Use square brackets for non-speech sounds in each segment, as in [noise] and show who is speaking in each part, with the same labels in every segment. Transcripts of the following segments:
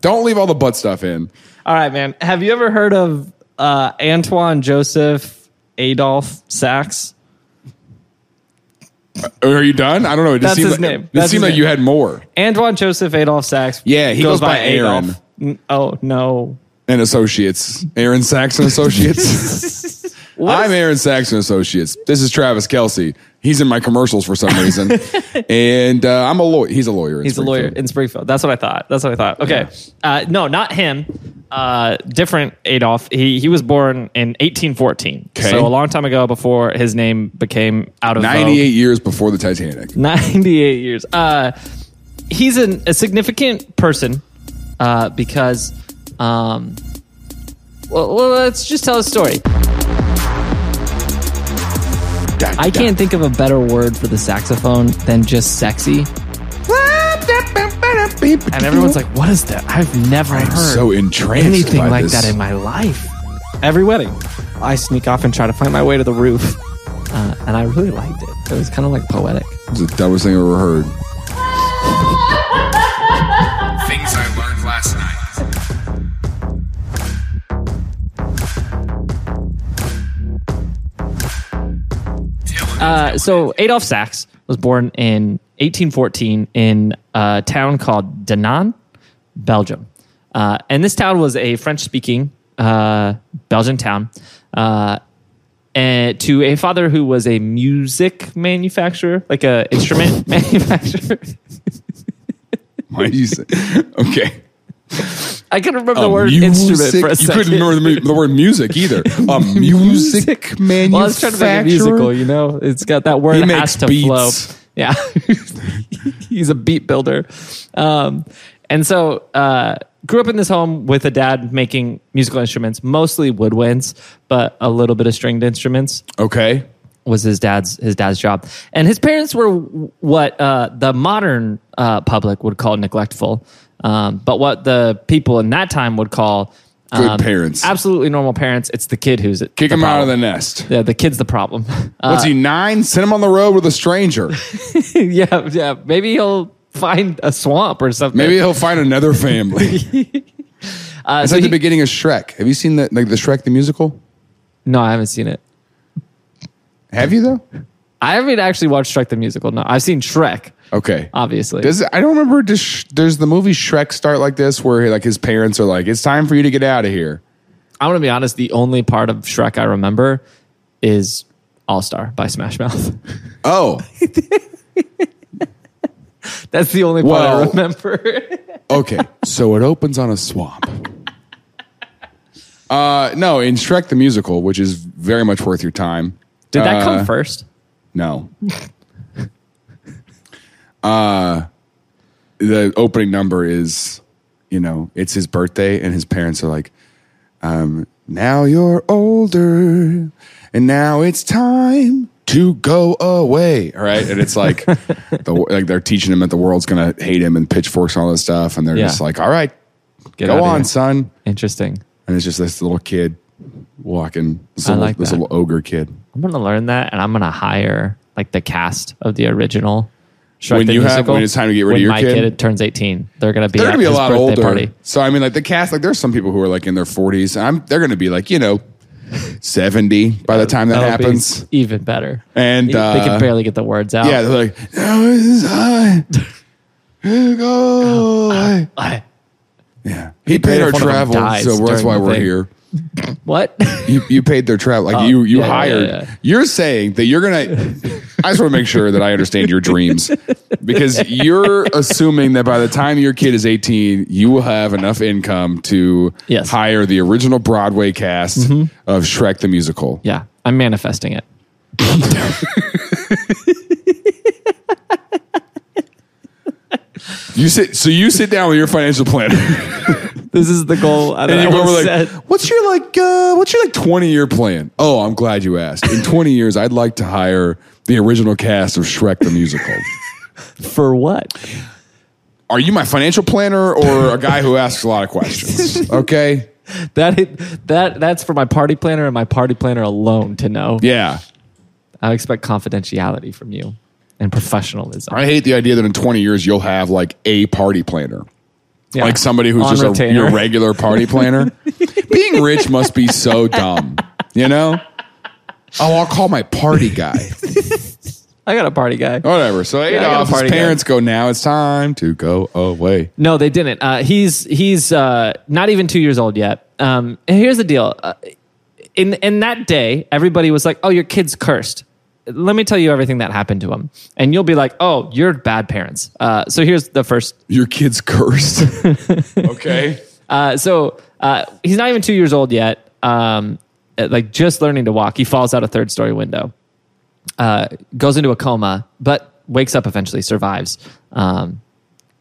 Speaker 1: Don't leave all the butt stuff in.
Speaker 2: All right, man. Have you ever heard of uh, Antoine Joseph Adolf Sachs?
Speaker 1: Oh, Are you done? I don't know. It just
Speaker 2: That's
Speaker 1: seemed
Speaker 2: his
Speaker 1: like,
Speaker 2: name.
Speaker 1: It
Speaker 2: That's
Speaker 1: seemed
Speaker 2: his
Speaker 1: like you
Speaker 2: name.
Speaker 1: had more.
Speaker 2: Antoine Joseph Adolf Sachs.
Speaker 1: Yeah, he goes by Aaron.
Speaker 2: Adolf. N- Oh no.
Speaker 1: And associates. Aaron Saxon
Speaker 2: [laughs]
Speaker 1: Associates. I'm Aaron Saxon Associates. This is Travis Kelsey. He's in my commercials for some
Speaker 2: [laughs]
Speaker 1: reason. and uh, I'm a lawyer. He's a lawyer. in
Speaker 2: He's a lawyer
Speaker 1: Springfield.
Speaker 2: in Springfield. That's what I thought. That's what I thought. Okay. Uh, no, not him. Uh, different Adolf. He he was born in 1814.
Speaker 1: Okay.
Speaker 2: So a long time ago before his name became out of vogue.
Speaker 1: 98 years before the Titanic.
Speaker 2: 98 years. Uh, he's an, a significant person uh, because, um, well, well, let's just tell a story.
Speaker 3: I can't think of a better word for the saxophone than just sexy. And everyone's like, what is that? I've never heard
Speaker 1: so entranced
Speaker 3: anything
Speaker 1: by
Speaker 3: like
Speaker 1: this.
Speaker 3: that in my life.
Speaker 2: Every wedding, I sneak off and try to find my way to the roof.
Speaker 3: Uh, and I really liked it. It was kind of like poetic.
Speaker 1: It's the dumbest thing I've ever heard. [laughs]
Speaker 4: Things I learned last night.
Speaker 2: Uh, so Adolf Sachs was born in 1814 in a town called Denan, Belgium. Uh, and this town was a French speaking uh, Belgian town uh, and to a father who was a music manufacturer, like a instrument [laughs] manufacturer.
Speaker 1: Why do you
Speaker 2: [laughs]
Speaker 1: say? Okay.
Speaker 2: I couldn't remember
Speaker 1: A
Speaker 2: the word instrument for a
Speaker 1: you
Speaker 2: second.
Speaker 1: couldn't remember the, mu- the word music
Speaker 2: [laughs]
Speaker 1: either. A music manufacturer.
Speaker 2: well, I was trying to make a musical, you know? It's got that word
Speaker 1: He
Speaker 2: has
Speaker 1: makes
Speaker 2: to
Speaker 1: beats.
Speaker 2: flow. Yeah. [laughs] He's a beat builder. Um, and so uh, grew up in this home with a dad making musical instruments, mostly woodwinds, but a little bit of stringed instruments
Speaker 1: Okay.
Speaker 2: was his dad's his dad's job. And his parents were w- what uh, the modern uh, public would call neglectful, um, but what the people in that time would call
Speaker 1: Good
Speaker 2: um,
Speaker 1: parents.
Speaker 2: absolutely normal parents. It's the kid who's
Speaker 1: Kick him out of the
Speaker 2: problem.
Speaker 1: nest.
Speaker 2: Yeah, the kid's the problem. [laughs] Uh,
Speaker 1: What's he, nine? Send him on the road with a stranger.
Speaker 2: yeah, yeah. Maybe he'll find a swamp or something.
Speaker 1: Maybe he'll find another family.
Speaker 2: [laughs] uh,
Speaker 1: It's like
Speaker 2: so he-
Speaker 1: the beginning of Shrek. Have you seen that? Like the Shrek the musical?
Speaker 2: No, I haven't seen it.
Speaker 1: Have you though?
Speaker 2: I haven't actually watched Shrek the musical. No, I've seen Shrek,
Speaker 1: Okay.
Speaker 2: obviously.
Speaker 1: Does I don't remember. Does, Sh- does the movie Shrek start like this, where like his parents are like, "It's time for you to get out of here."
Speaker 2: I'm gonna be honest. The only part of Shrek I remember is All Star by Smash Mouth. [laughs]
Speaker 1: Oh,
Speaker 2: That's the only part I
Speaker 1: Well-
Speaker 2: remember. [laughs]
Speaker 1: okay. so it opens on a swamp. Uh, no, in Shrek the musical, which is very much worth your time.
Speaker 2: Did that
Speaker 1: Uh,
Speaker 2: come first?
Speaker 1: No. uh, the opening number is, you know, it's his birthday, and his parents are like, um, now you're older, and now it's time to go away. All right. And it's like, the, like they're teaching him that the world's going to hate him and pitchforks and all this stuff. And they're
Speaker 2: Yeah.
Speaker 1: just like, all right,
Speaker 2: Get out
Speaker 1: go
Speaker 2: of
Speaker 1: on,
Speaker 2: here.
Speaker 1: son.
Speaker 2: Interesting.
Speaker 1: And it's just this little kid walking, this
Speaker 2: I
Speaker 1: little,
Speaker 2: like
Speaker 1: this
Speaker 2: that.
Speaker 1: little ogre kid.
Speaker 2: I'm gonna learn that, and I'm gonna hire like the cast of the original. Shrek
Speaker 1: When
Speaker 2: the
Speaker 1: you have-
Speaker 2: musical.
Speaker 1: when it's time to get rid of
Speaker 2: When
Speaker 1: your
Speaker 2: my
Speaker 1: kid?
Speaker 2: kid. turns 18, they're gonna be
Speaker 1: they're
Speaker 2: at
Speaker 1: gonna be a
Speaker 2: his
Speaker 1: lot
Speaker 2: birthday
Speaker 1: older.
Speaker 2: party.
Speaker 1: So I mean, like the cast, like there's some people who are like in their 40s. I'm they're gonna be like you know, 70 by the time that
Speaker 2: That'll be
Speaker 1: happens.
Speaker 2: even better.
Speaker 1: And,
Speaker 2: they, they
Speaker 1: uh,
Speaker 2: can barely get the words out. [laughs]
Speaker 1: Yeah, they're like now is I
Speaker 2: [laughs]
Speaker 1: go. away." Yeah, he paid
Speaker 2: if
Speaker 1: our
Speaker 2: one of them
Speaker 1: travel,
Speaker 2: dies
Speaker 1: so that's
Speaker 2: during
Speaker 1: why
Speaker 2: the
Speaker 1: we're
Speaker 2: thing.
Speaker 1: here.
Speaker 2: What? [laughs]
Speaker 1: You you paid their travel, like you you
Speaker 2: Oh, yeah, yeah,
Speaker 1: hired.
Speaker 2: yeah.
Speaker 1: You're saying that you're gonna. I just want to make sure that I understand your dreams, because you're assuming that by the time your kid is 18, you will have enough income to
Speaker 2: Yes. Mm-hmm.
Speaker 1: hire the original Broadway cast of Shrek the Musical.
Speaker 2: yeah, I'm manifesting it.
Speaker 1: You sit. So you sit down with your financial
Speaker 2: [laughs]
Speaker 1: planner,
Speaker 2: This is the goal. I
Speaker 1: [laughs] and you go over like, "What's your like? Uh, what's your like 20 year plan?" Oh, I'm glad you asked. In 20 years, I'd like to hire the original cast of Shrek the Musical.
Speaker 2: for what?
Speaker 1: are you my financial planner or a guy who asks a lot of
Speaker 2: [laughs]
Speaker 1: questions? Okay.
Speaker 2: That that that's for my party planner and my party planner alone to know.
Speaker 1: Yeah.
Speaker 2: I expect confidentiality from you and professionalism.
Speaker 1: I hate the idea that in 20 years you'll have like a party planner.
Speaker 2: Yeah.
Speaker 1: Like somebody who's
Speaker 2: On
Speaker 1: just a,
Speaker 2: retainer.
Speaker 1: your regular party planner. Being rich must be so dumb, you know? Oh, I'll call my party
Speaker 2: [laughs]
Speaker 1: guy.
Speaker 2: [laughs] I got a party guy.
Speaker 1: Whatever. So
Speaker 2: I got a
Speaker 1: Adolf,
Speaker 2: party
Speaker 1: his
Speaker 2: guy.
Speaker 1: parents go now. It's time to go away.
Speaker 2: No, they didn't. Uh, he's he's uh, not even two years old yet. Um, and here's the deal. Uh, in in that day, everybody was like, "Oh, your kid's cursed." Let me tell you everything that happened to him, and you'll be like, "Oh, you're bad parents." Uh, so here's the first
Speaker 1: Your kid's cursed.
Speaker 2: [laughs]
Speaker 1: okay.
Speaker 2: Uh, so uh, he's not even two years old yet. Um, uh, like just learning to walk, he falls out a third story window, uh, goes into a coma, but wakes up eventually, survives, um,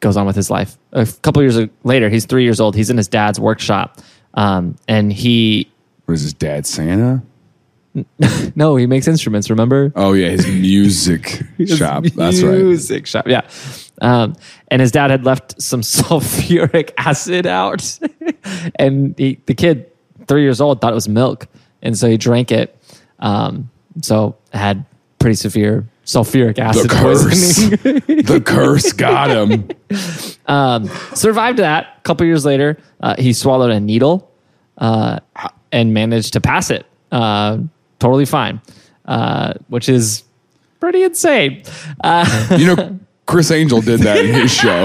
Speaker 2: goes on with his life. A couple years later, he's three years old. He's in his dad's workshop, um, and he
Speaker 1: What is his dad, Santa?
Speaker 2: no, he makes instruments. Remember,
Speaker 1: Oh, yeah, his
Speaker 2: [laughs]
Speaker 1: music shop. That's right.
Speaker 2: music shop. Yeah. Um, and his dad had left some [laughs] sulfuric acid out, [laughs] and he, the kid, three years old, thought it was milk, and so he drank it. Um, so had pretty severe sulfuric
Speaker 1: The
Speaker 2: acid
Speaker 1: curse. [laughs]
Speaker 2: poisoning. [laughs]
Speaker 1: the curse got him.
Speaker 2: Survived that. A couple years later, uh, he swallowed a needle uh, and managed to pass it. Uh, totally fine, uh, which is pretty insane.
Speaker 1: You know, Chris Angel did that in his show.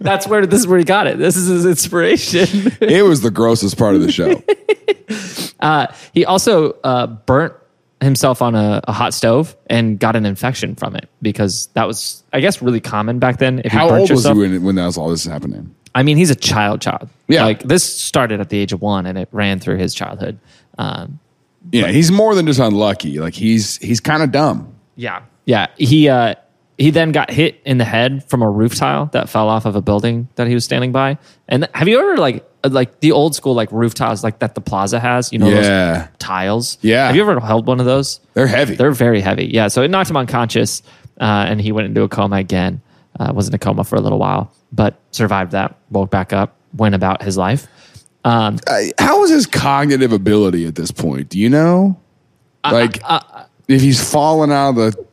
Speaker 2: That's where this is where he got it. This is his inspiration. [laughs]
Speaker 1: It was the grossest part of the show.
Speaker 2: He also uh, burnt himself on a, a hot stove and got an infection from it because that was, I guess, really common back then. If you
Speaker 1: How
Speaker 2: burnt
Speaker 1: old was he
Speaker 2: yourself,
Speaker 1: when, when that was all this happening?
Speaker 2: I mean, he's a child, child.
Speaker 1: Yeah.
Speaker 2: like this started at the age of one and it ran through his childhood. Um,
Speaker 1: Yeah, he's more than just unlucky. Like he's he's kind of dumb.
Speaker 2: yeah, yeah. He uh, he then got hit in the head from a roof tile that fell off of a building that he was standing by. And have you ever like uh, like the old school like roof tiles like that the plaza has? You know,
Speaker 1: Yeah.
Speaker 2: those tiles.
Speaker 1: Yeah.
Speaker 2: Have you ever held one of those?
Speaker 1: They're heavy.
Speaker 2: They're very heavy. Yeah. So it knocked him unconscious uh, and he went into a coma again. Uh, was in a coma for a little while, but survived that, woke back up, went about his life. Um,
Speaker 1: Uh, How is his cognitive ability at this point? Do you know? Like if he's fallen out of the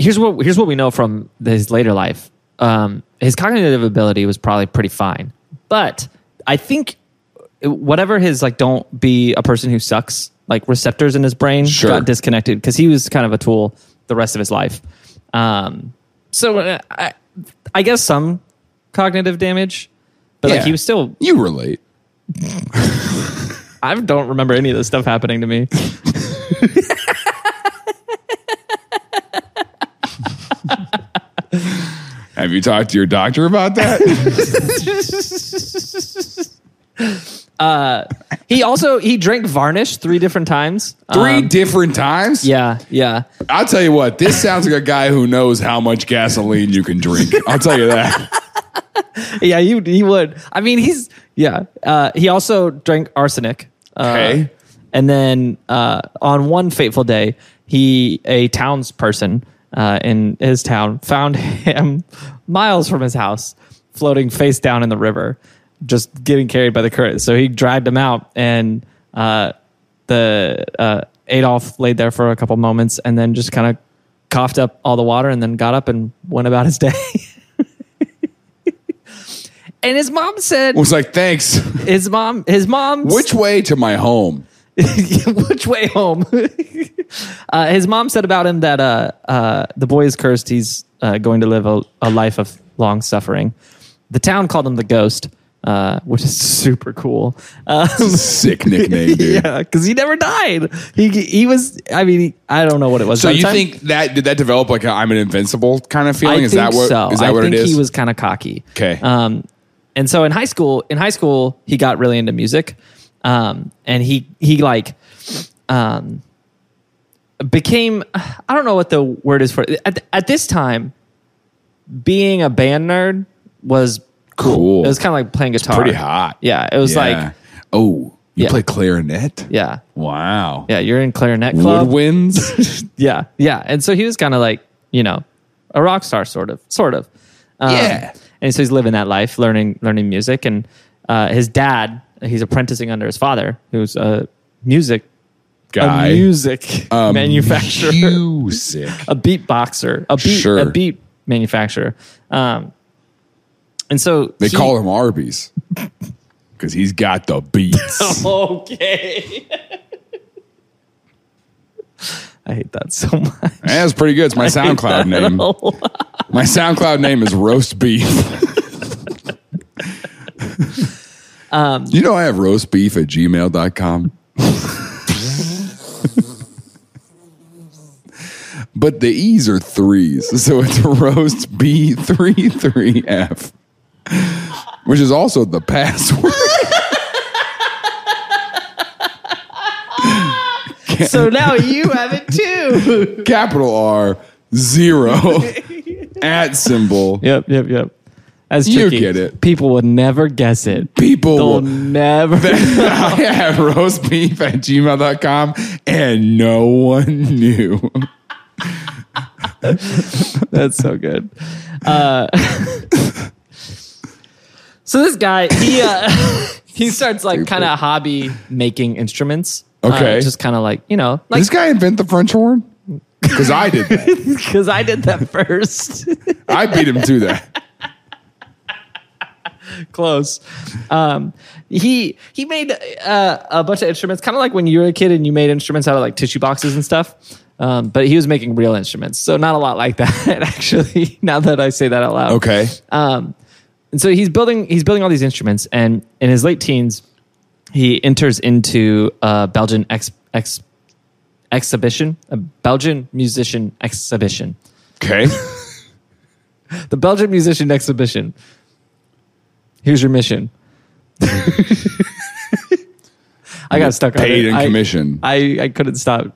Speaker 2: here's what here's what we know from his later life. Um, his cognitive ability was probably pretty fine, but I think
Speaker 3: Whatever his like, don't be a person who sucks. Like receptors in his brain
Speaker 1: Sure.
Speaker 3: got disconnected because he was kind of a tool the rest of his life. Um, so uh, I, I guess some cognitive damage, but
Speaker 1: Yeah.
Speaker 3: like he was still.
Speaker 1: you relate.
Speaker 3: I don't remember any of this stuff happening to me.
Speaker 1: Have you talked to your doctor about
Speaker 2: [laughs]
Speaker 1: that?
Speaker 2: he also he drank varnish three different times.
Speaker 1: Three
Speaker 2: Um,
Speaker 1: different times?
Speaker 2: yeah, yeah.
Speaker 1: I'll tell you what, this sounds like a guy who knows how much gasoline you can drink. I'll tell you that.
Speaker 2: Yeah, he, he would. I mean, he's yeah. Uh, he also drank arsenic. Uh,
Speaker 1: Okay.
Speaker 2: And then uh, on one fateful day, he a townsperson uh, in his town found [laughs] him miles from his house, floating face down in the river, just getting carried by the current. So he dragged him out, and uh, the uh, Adolf laid there for a couple moments, and then just kind of coughed up all the water, and then got up and went about his day. [laughs] and his mom said,
Speaker 1: was like,
Speaker 2: [laughs]
Speaker 1: thanks.
Speaker 2: his mom, his mom,
Speaker 1: Which way to my home?
Speaker 2: [laughs] which way home? [laughs] uh, his mom said about him that uh, uh, the boy is cursed. He's uh, going to live a, a life of long suffering. The town called him the ghost, uh, which is [laughs] super cool. Um,
Speaker 1: Sick nickname, dude.
Speaker 2: [laughs] yeah, because he never died. He he was. I mean, he, I don't know what it was.
Speaker 1: So you
Speaker 2: Sometime-
Speaker 1: think that did that develop like a, I'm an invincible kind of
Speaker 2: I
Speaker 1: feeling?
Speaker 2: think
Speaker 1: is that what is
Speaker 2: so.
Speaker 1: that
Speaker 2: I
Speaker 1: what
Speaker 2: think
Speaker 1: it is?
Speaker 2: he was kind of cocky.
Speaker 1: Okay.
Speaker 2: Um, and so in high school, in high school, he got really into music, um, and he he like, um, became I don't know what the word is for it. at at this time, being a band nerd was cool.
Speaker 1: Cool.
Speaker 2: It was kind of like playing guitar.
Speaker 1: pretty hot.
Speaker 2: Yeah. It was
Speaker 1: Yeah.
Speaker 2: like
Speaker 1: oh, you
Speaker 2: Yeah.
Speaker 1: play clarinet?
Speaker 2: yeah.
Speaker 1: Wow.
Speaker 2: Yeah, you're in clarinet club.
Speaker 1: Woodwinds.
Speaker 2: [laughs] Yeah, yeah. And so he was kind of like, you know, a rock star, sort of, sort of. Um,
Speaker 1: Yeah.
Speaker 2: And so he's living that life, learning, learning music, and uh, his dad, he's apprenticing under his father, who's a music, [laughs]
Speaker 1: [laughs]
Speaker 2: a
Speaker 1: Guy.
Speaker 2: music
Speaker 1: Um, [laughs]
Speaker 2: manufacturer,
Speaker 1: Music.
Speaker 2: a beatboxer, a beat,
Speaker 1: Sure.
Speaker 2: a beat manufacturer. Um, And so
Speaker 1: They
Speaker 2: he-
Speaker 1: call him Arby's because he's got the
Speaker 2: [laughs]
Speaker 1: beats.
Speaker 2: [laughs] Okay. [laughs] I hate that so [laughs] much.
Speaker 1: That was pretty good. It's my SoundCloud name. My SoundCloud name is roast beef. [laughs] you know I have roast beef at gmail.com. but the E's are threes, so it's roast B three three F. Which is also the password. [laughs]
Speaker 2: So now you have it
Speaker 1: [laughs]
Speaker 2: too.
Speaker 1: Capital R zero at symbol.
Speaker 3: Yep, yep, yep. That's
Speaker 1: You
Speaker 3: tricky.
Speaker 1: get it.
Speaker 3: People would never guess it.
Speaker 1: People
Speaker 3: They'll
Speaker 1: will [laughs]
Speaker 3: never.
Speaker 2: [laughs]
Speaker 1: I had roastbeef at gmail.com and no one knew.
Speaker 3: That's so good.
Speaker 2: Uh, [laughs] So this guy, he uh, [laughs] he starts like kind of hobby making instruments. Uh,
Speaker 1: Okay.
Speaker 2: just kind of like you know, like
Speaker 1: this guy invent the French horn? Because I did that.
Speaker 2: [laughs] because I did that first.
Speaker 1: I beat him to that.
Speaker 2: [laughs] Close. Um, he he made uh, a bunch of instruments, kind of like when you were a kid and you made instruments out of like tissue boxes and stuff. Um, but he was making real instruments, so not a lot like that [laughs] actually. Now that I say that out loud,
Speaker 1: Okay.
Speaker 2: Um, and so he's building he's building all these instruments, and in his late teens, he enters into a Belgian ex, ex, exhibition, a Belgian musician exhibition,
Speaker 1: Okay.
Speaker 2: the Belgian musician exhibition. Here's
Speaker 1: [laughs]
Speaker 2: your mission. I got stuck on
Speaker 1: Paid
Speaker 2: it.
Speaker 1: and
Speaker 2: I-
Speaker 1: commissioned.
Speaker 2: I, I couldn't stop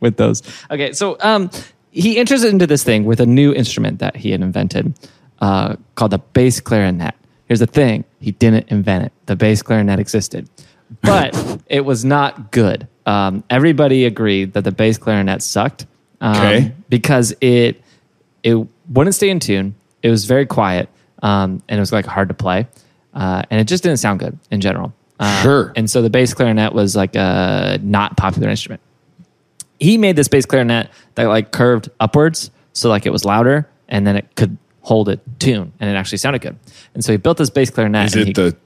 Speaker 2: with those. Okay, so um, he enters into this thing with a new instrument that he had invented uh, called the bass clarinet. Here's the thing he didn't invent it, the bass clarinet existed, but
Speaker 1: [laughs]
Speaker 2: it was not good. Um, everybody agreed that the bass clarinet sucked um,
Speaker 1: Okay.
Speaker 2: because it, it wouldn't stay in tune, it was very quiet, um, and it was like hard to play. Uh, and it just didn't sound good in general. Uh,
Speaker 1: Sure.
Speaker 2: And so the bass clarinet was like a not popular instrument he made this bass clarinet that like curved upwards so like it was louder and then it could hold a tune and it actually sounded good and so he built this bass clarinet
Speaker 1: Is
Speaker 2: and he-
Speaker 1: it the.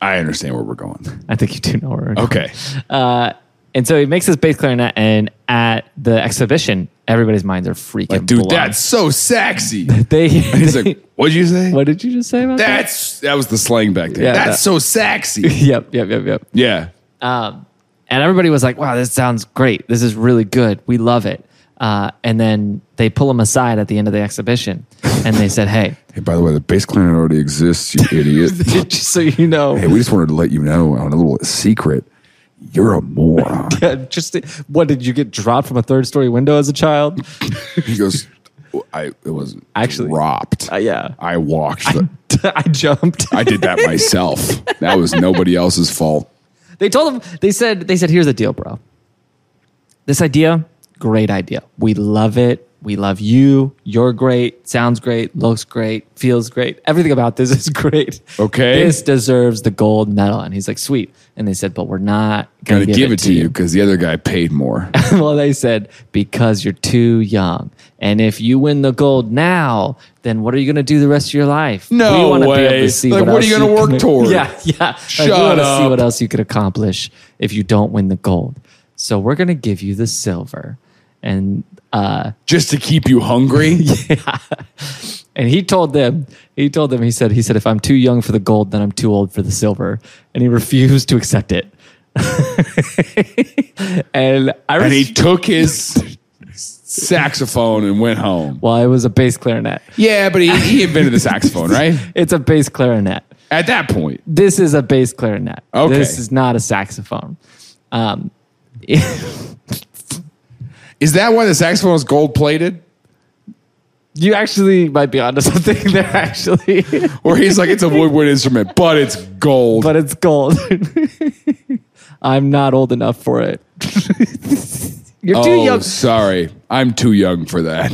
Speaker 1: I understand where we're going.
Speaker 2: i think you do know where we're going.
Speaker 1: Okay.
Speaker 2: uh, and so he makes this bass clarinet and at the exhibition everybody's minds are freaking
Speaker 1: Like, dude,
Speaker 2: blown.
Speaker 1: that's so sexy.
Speaker 2: [laughs]
Speaker 1: [laughs]
Speaker 2: they,
Speaker 1: He's
Speaker 2: they-
Speaker 1: like, what'd you say?
Speaker 2: [laughs] what did you just say about that
Speaker 1: That's that was the slang back then.
Speaker 2: Yeah,
Speaker 1: that's
Speaker 2: that-
Speaker 1: so [laughs] sexy.
Speaker 2: [laughs] yep yep yep yep
Speaker 1: Yeah.
Speaker 2: Um, and everybody was like, wow, this sounds great. This is really good. We love it. Uh, and then they pull him aside at the end of the exhibition and they said,
Speaker 1: [laughs]
Speaker 2: hey, [laughs]
Speaker 1: Hey, by the way, the bass clarinet already exists, you [laughs] idiot.
Speaker 2: just so you know,
Speaker 1: hey, we just wanted to let you know on a little secret. You're a moron.
Speaker 2: just what did you get dropped from a third story window as a child?
Speaker 1: He goes, I it was
Speaker 2: Actually-
Speaker 1: dropped.
Speaker 2: Uh, yeah. [laughs]
Speaker 1: I walked. The,
Speaker 2: I jumped.
Speaker 1: I did [laughs] that myself. That was nobody else's fault.
Speaker 2: They told him, they said, they said, here's the deal, bro. This idea, great idea. We love it. We love you. You're great. Sounds great. Looks great. Feels great. Everything about this [laughs] is great.
Speaker 1: Okay.
Speaker 2: This deserves the gold medal. And he's like, sweet. And they said, but we're not going
Speaker 1: Gotta
Speaker 2: to
Speaker 1: give, it to you because the other guy paid [laughs] more.
Speaker 2: [laughs] well, they said, because you're too young. And if you win the gold now, then what are you going to do the rest of your life?
Speaker 1: No
Speaker 2: we wanna
Speaker 1: way. Like, what are
Speaker 2: else
Speaker 1: you gonna work
Speaker 2: can- [laughs]
Speaker 1: toward?
Speaker 2: Yeah, yeah.
Speaker 1: Shut
Speaker 2: we wanna see
Speaker 1: up.
Speaker 2: what else you could accomplish if you don't win the gold. So we're going to give you the silver. And uh, [laughs]
Speaker 1: Just to keep you [laughs] hungry?
Speaker 2: and he told them, he told them, he said, he said, if I'm too young for the gold, then I'm too old for the silver. And he refused to accept it. [laughs] and I
Speaker 1: And he
Speaker 2: res-
Speaker 1: took his saxophone and went home.
Speaker 2: well, it was a bass clarinet.
Speaker 1: Yeah, but he, he invented the [laughs] saxophone, right?
Speaker 2: It's a bass clarinet.
Speaker 1: At that point.
Speaker 2: This is a bass clarinet.
Speaker 1: Okay.
Speaker 2: This is not a saxophone. Um, [laughs]
Speaker 1: Is that why the saxophone is gold plated?
Speaker 2: you actually might be onto something there, actually, [laughs]
Speaker 1: Or he's like, it's a woodwind instrument, but it's gold.
Speaker 2: but it's gold. [laughs] I'm not old enough for it. [laughs] You're
Speaker 1: oh,
Speaker 2: too young.
Speaker 1: sorry. I'm too young for that.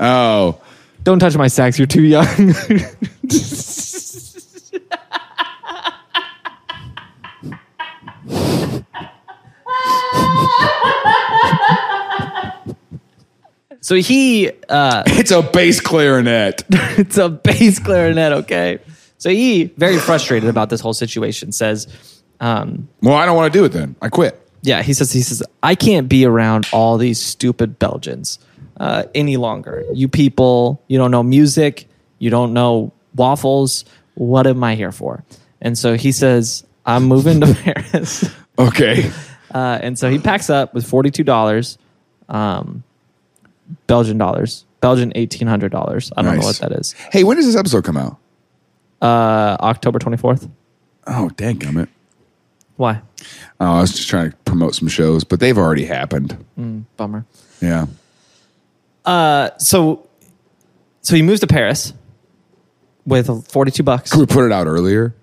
Speaker 1: oh.
Speaker 2: Don't touch my sax. You're too young. [laughs] So he uh,
Speaker 1: It's a bass clarinet.
Speaker 2: it's a bass clarinet, okay? So he, very frustrated about this whole situation, says, um,
Speaker 1: well, I don't want to do it then. I quit.
Speaker 2: yeah, he says, he says, I can't be around all these stupid Belgians uh, any longer. You people, you don't know music, you don't know waffles. What am I here for? And so he says, I'm moving to [laughs] Paris.
Speaker 1: Okay.
Speaker 2: Uh, and so he packs up with forty-two dollars, um, Belgian dollars, Belgian eighteen hundred dollars. I don't know what
Speaker 1: Nice.
Speaker 2: that is.
Speaker 1: Hey, when does this episode come out?
Speaker 2: Uh, October twenty-fourth.
Speaker 1: Oh, dang it.
Speaker 2: Why?
Speaker 1: Oh, I was just trying to promote some shows, but they've already happened.
Speaker 2: Bummer.
Speaker 1: Yeah.
Speaker 2: So, so he moves to Paris with forty-two bucks.
Speaker 1: Could we put it out earlier?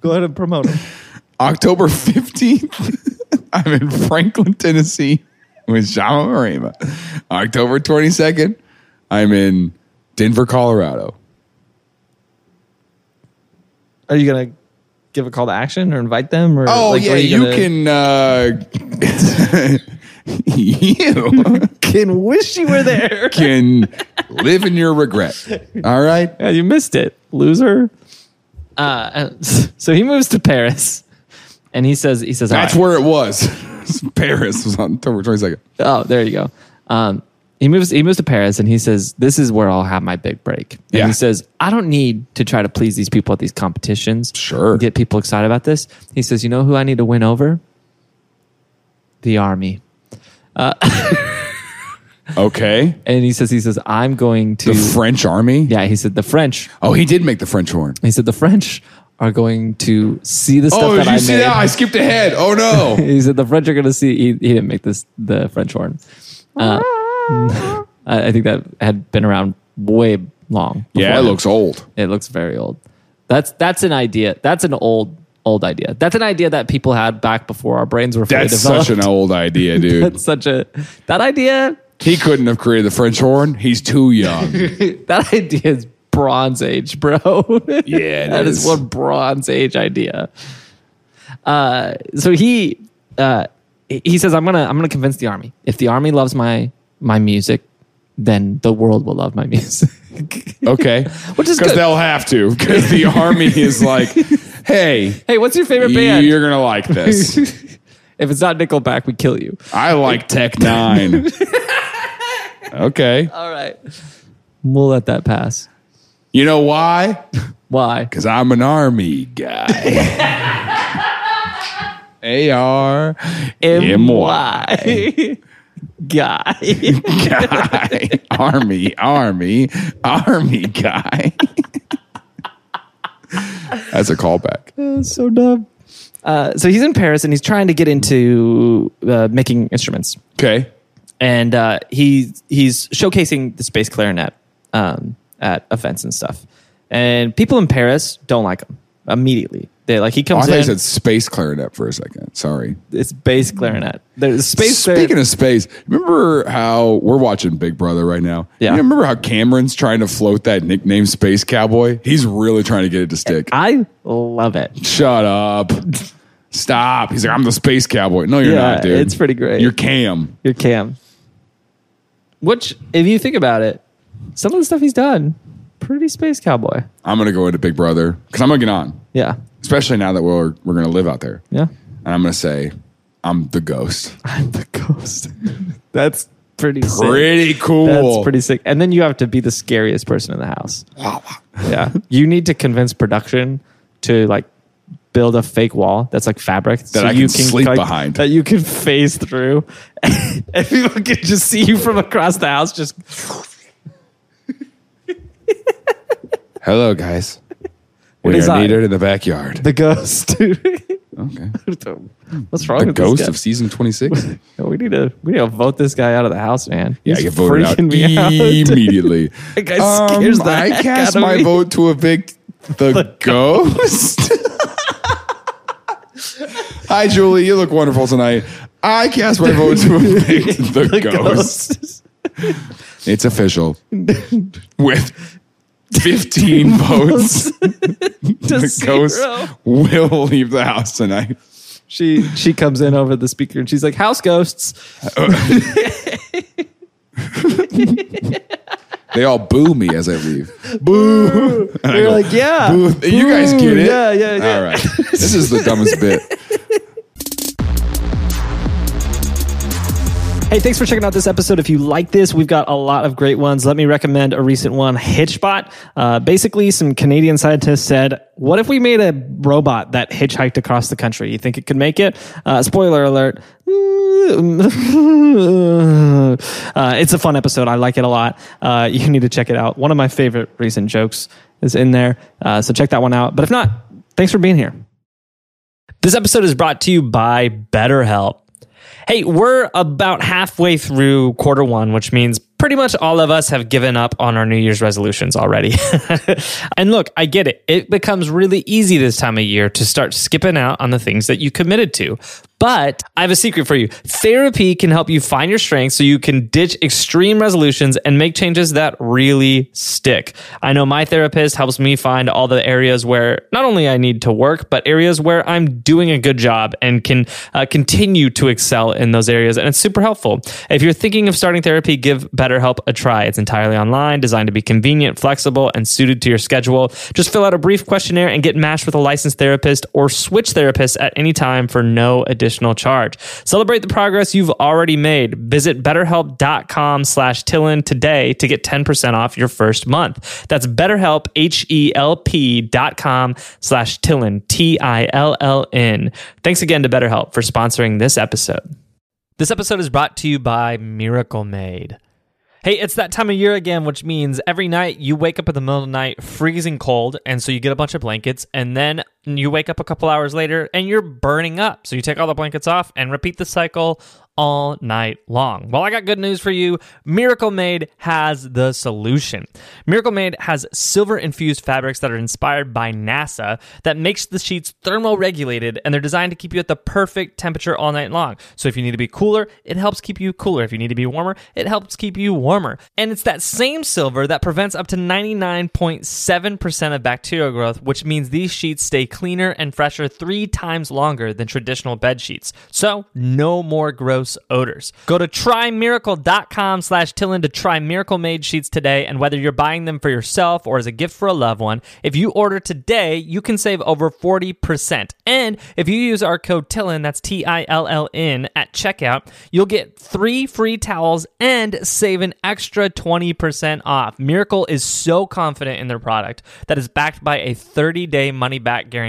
Speaker 2: Go ahead and promote it.
Speaker 1: October [laughs] 15th, I'm in Franklin, Tennessee with Shama Marima. October 22nd, I'm in Denver, Colorado.
Speaker 2: [laughs] Are you gonna give a call to action or invite them? Or
Speaker 1: Oh
Speaker 2: like, what
Speaker 1: yeah,
Speaker 2: are
Speaker 1: you,
Speaker 2: gonna-
Speaker 1: can. Uh, [laughs] you
Speaker 2: [laughs] Can wish you
Speaker 1: [laughs]
Speaker 2: were there.
Speaker 1: can live in your regret. All right.
Speaker 2: [laughs] Yeah, you missed it, loser. Uh, [laughs] so he moves to Paris, and he says, he says, "All
Speaker 1: That's
Speaker 2: right."
Speaker 1: where it was. [laughs] Paris was on October 22nd.
Speaker 2: Oh, there you go. Um, he moves. He moves to Paris, and he says, "This is where I'll have my big break." And
Speaker 1: Yeah.
Speaker 2: He says, "I don't need to try to please these people at these competitions.
Speaker 1: Sure.
Speaker 2: get people excited about this." He says, "You know who I need to win over? The army."
Speaker 1: Okay.
Speaker 2: And he says, "He says I'm going to."
Speaker 1: The French army.
Speaker 2: yeah, he said the French.
Speaker 1: Oh, he did make the French horn.
Speaker 2: He said the French are going to see the stuff
Speaker 1: Oh,
Speaker 2: that
Speaker 1: did
Speaker 2: I
Speaker 1: you see
Speaker 2: made.
Speaker 1: that? I skipped ahead. Oh no.
Speaker 2: [laughs] He said the French are going to see. He, he didn't make this the French horn. Uh, [laughs] I I think that had been around way long.
Speaker 1: yeah, it
Speaker 2: beforehand.
Speaker 1: looks old.
Speaker 2: It looks very old. That's that's an idea. That's an old old idea. That's an idea that people had back before our brains were fully
Speaker 1: That's
Speaker 2: developed.
Speaker 1: such an old idea, dude.
Speaker 2: [laughs] that's such a that idea.
Speaker 1: he couldn't have created the French horn. He's too
Speaker 2: [laughs]
Speaker 1: young.
Speaker 2: That idea is Bronze Age, bro. [laughs]
Speaker 1: Yeah, it
Speaker 2: that is.
Speaker 1: is.
Speaker 2: one Bronze Age idea. Uh, so he uh, he he says, "I'm gonna I'm gonna convince the army. If the army loves my my music, then the world will love my music."
Speaker 1: [laughs]
Speaker 2: [laughs]
Speaker 1: Okay.
Speaker 2: Which is
Speaker 1: Because
Speaker 2: good.
Speaker 1: they'll have to. Because
Speaker 2: [laughs]
Speaker 1: the army is like, hey,
Speaker 2: hey, what's your favorite band?
Speaker 1: you're [laughs] gonna like this.
Speaker 2: [laughs] if it's not Nickelback, we kill you.
Speaker 1: I like Tech
Speaker 2: [laughs]
Speaker 1: Nine. okay.
Speaker 2: All right. We'll let that pass.
Speaker 1: You know why?
Speaker 2: Why?
Speaker 1: Because I'm an army guy.
Speaker 2: [laughs]
Speaker 1: A R M Y
Speaker 2: M-Y. [laughs]
Speaker 1: [laughs]
Speaker 2: Guy.
Speaker 1: guy. [laughs] Army, army, army guy. That's a callback.
Speaker 2: That's so dumb. Uh, so he's in Paris and he's trying to get into uh, making instruments.
Speaker 1: Okay.
Speaker 2: And uh, he, he's showcasing the space clarinet um, at events and stuff. And people in Paris don't like him immediately. They like he
Speaker 1: Oh, I
Speaker 2: comes
Speaker 1: thought you
Speaker 2: in.
Speaker 1: said space clarinet for a second. Sorry.
Speaker 2: it's bass clarinet. There's space clarinet.
Speaker 1: Speaking of space, remember how we're watching Big Brother right now?
Speaker 2: Yeah.
Speaker 1: You remember how Cameron's trying to float that nickname Space Cowboy? He's really trying to get it to stick.
Speaker 2: I love it.
Speaker 1: Shut up. Stop. He's like, I'm the Space Cowboy. No, you're
Speaker 2: Yeah,
Speaker 1: not, dude.
Speaker 2: it's pretty great.
Speaker 1: You're Cam.
Speaker 2: Your cam. Which, if you think about it, some of the stuff he's done, pretty space cowboy.
Speaker 1: I'm going to go into Big Brother because I'm going to get on,
Speaker 2: Yeah.
Speaker 1: especially now that we're, we're going to live out there.
Speaker 2: Yeah.
Speaker 1: And I'm going to say, [laughs] I'm the ghost.
Speaker 2: I'm the
Speaker 1: [laughs]
Speaker 2: ghost. That's pretty sick.
Speaker 1: Pretty cool.
Speaker 2: That's pretty sick. And then you have to be the scariest person in the house. Yeah. you need to convince production to like build a fake wall that's like fabric that
Speaker 1: I can sleep behind.
Speaker 2: That you can phase through. [laughs] and people can just see you from across the house just
Speaker 1: Hello, guys. We
Speaker 2: is
Speaker 1: are
Speaker 2: I.
Speaker 1: needed in the backyard.
Speaker 2: the [laughs] ghost. [laughs]
Speaker 1: okay.
Speaker 2: What's wrong
Speaker 1: The
Speaker 2: with this
Speaker 1: ghost
Speaker 2: guy?
Speaker 1: of season 26.
Speaker 2: No, we need to we need to vote this guy out of the house, man.
Speaker 1: Yeah,
Speaker 2: He's
Speaker 1: I get voted out
Speaker 2: freaking me out. [laughs]
Speaker 1: immediately. Um,
Speaker 2: That guy scares the
Speaker 1: I
Speaker 2: heck
Speaker 1: cast
Speaker 2: out of
Speaker 1: my
Speaker 2: me.
Speaker 1: vote to evict the, ghost. [laughs] Hi, Julie. You look wonderful tonight. I cast my vote to evict
Speaker 2: [laughs]
Speaker 1: the, ghost. It's official. With 15
Speaker 2: [laughs]
Speaker 1: votes, [laughs]
Speaker 2: To
Speaker 1: the ghost
Speaker 3: [laughs]
Speaker 2: zero.
Speaker 1: will leave the house tonight.
Speaker 3: She she comes in over the speaker and she's like, "House ghosts."
Speaker 1: They all boo me as I
Speaker 3: [laughs]
Speaker 1: leave. Boo. And I
Speaker 3: You're
Speaker 1: go,
Speaker 3: like, "Yeah,
Speaker 1: boo. You guys
Speaker 3: boo,
Speaker 1: get it?
Speaker 3: Yeah, yeah, yeah.
Speaker 1: All right. This is
Speaker 3: [laughs]
Speaker 1: the dumbest bit.
Speaker 3: Hey, thanks for checking out this episode. If you like this, we've got a lot of great ones. Let me recommend a recent one, Hitchbot. Uh, basically, some Canadian scientists said, "What if we made a robot that hitchhiked across the country? You think it could make it?" Uh, spoiler alert. [laughs] Uh, it's a fun episode. I like it a lot. Uh, you need to check it out. One of my favorite recent jokes is in there, uh, so check that one out. But if not, thanks for being here.
Speaker 2: This episode is brought to you by BetterHelp. Hey, we're about halfway through quarter one, which means pretty much all of us have given up on our New Year's resolutions already. [laughs] and look, I get it. It becomes really easy this time of year to start skipping out on the things that you committed to. But I have a secret for you therapy can help you find your strengths so you can ditch extreme resolutions and make changes that really stick. I know my therapist helps me find all the areas where not only I need to work, but areas where I'm doing a good job and can uh, continue to excel in those areas. And it's super helpful. If you're thinking of starting therapy, give BetterHelp a try. It's entirely online, designed to be convenient, flexible, and suited to your schedule. Just fill out a brief questionnaire and get matched with a licensed therapist or switch therapists at any time for no additional charge. Celebrate the progress you've already made. Visit betterhelp.com slash Tillin today to get 10% off your first month. That's betterhelp, H-E-L-P dot com slash Tillin, T-I-L-L-N. Thanks again to BetterHelp for sponsoring this episode. This episode is brought to you by Miracle Made. Hey, it's that time of year again, which means every night you wake up in the middle of the night freezing cold, and so you get a bunch of blankets, and then you wake up a couple hours later and you're burning up. So you take all the blankets off and repeat the cycle all night long. Well, I got good news for you. Miracle Made has the solution. Miracle Made has silver infused fabrics that are inspired by NASA that makes the sheets thermoregulated and they're designed to keep you at the perfect temperature all night long. So if you need to be cooler, it helps keep you cooler. If you need to be warmer, it helps keep you warmer. And it's that same silver that prevents up to 99.7% of bacterial growth, which means these sheets stay cleaner and fresher 3 times longer than traditional bed sheets. So, no more gross odors. Go to trymiracle.com slash Tillin to try Miracle Made sheets today. And whether you're buying them for yourself or as a gift for a loved one, if you order today, you can save over 40%. And if you use our code Tillin, that's T I L L N, at checkout, you'll get three free towels and save an extra 20% off. Miracle is so confident in their product that is backed by a 30 day money back guarantee.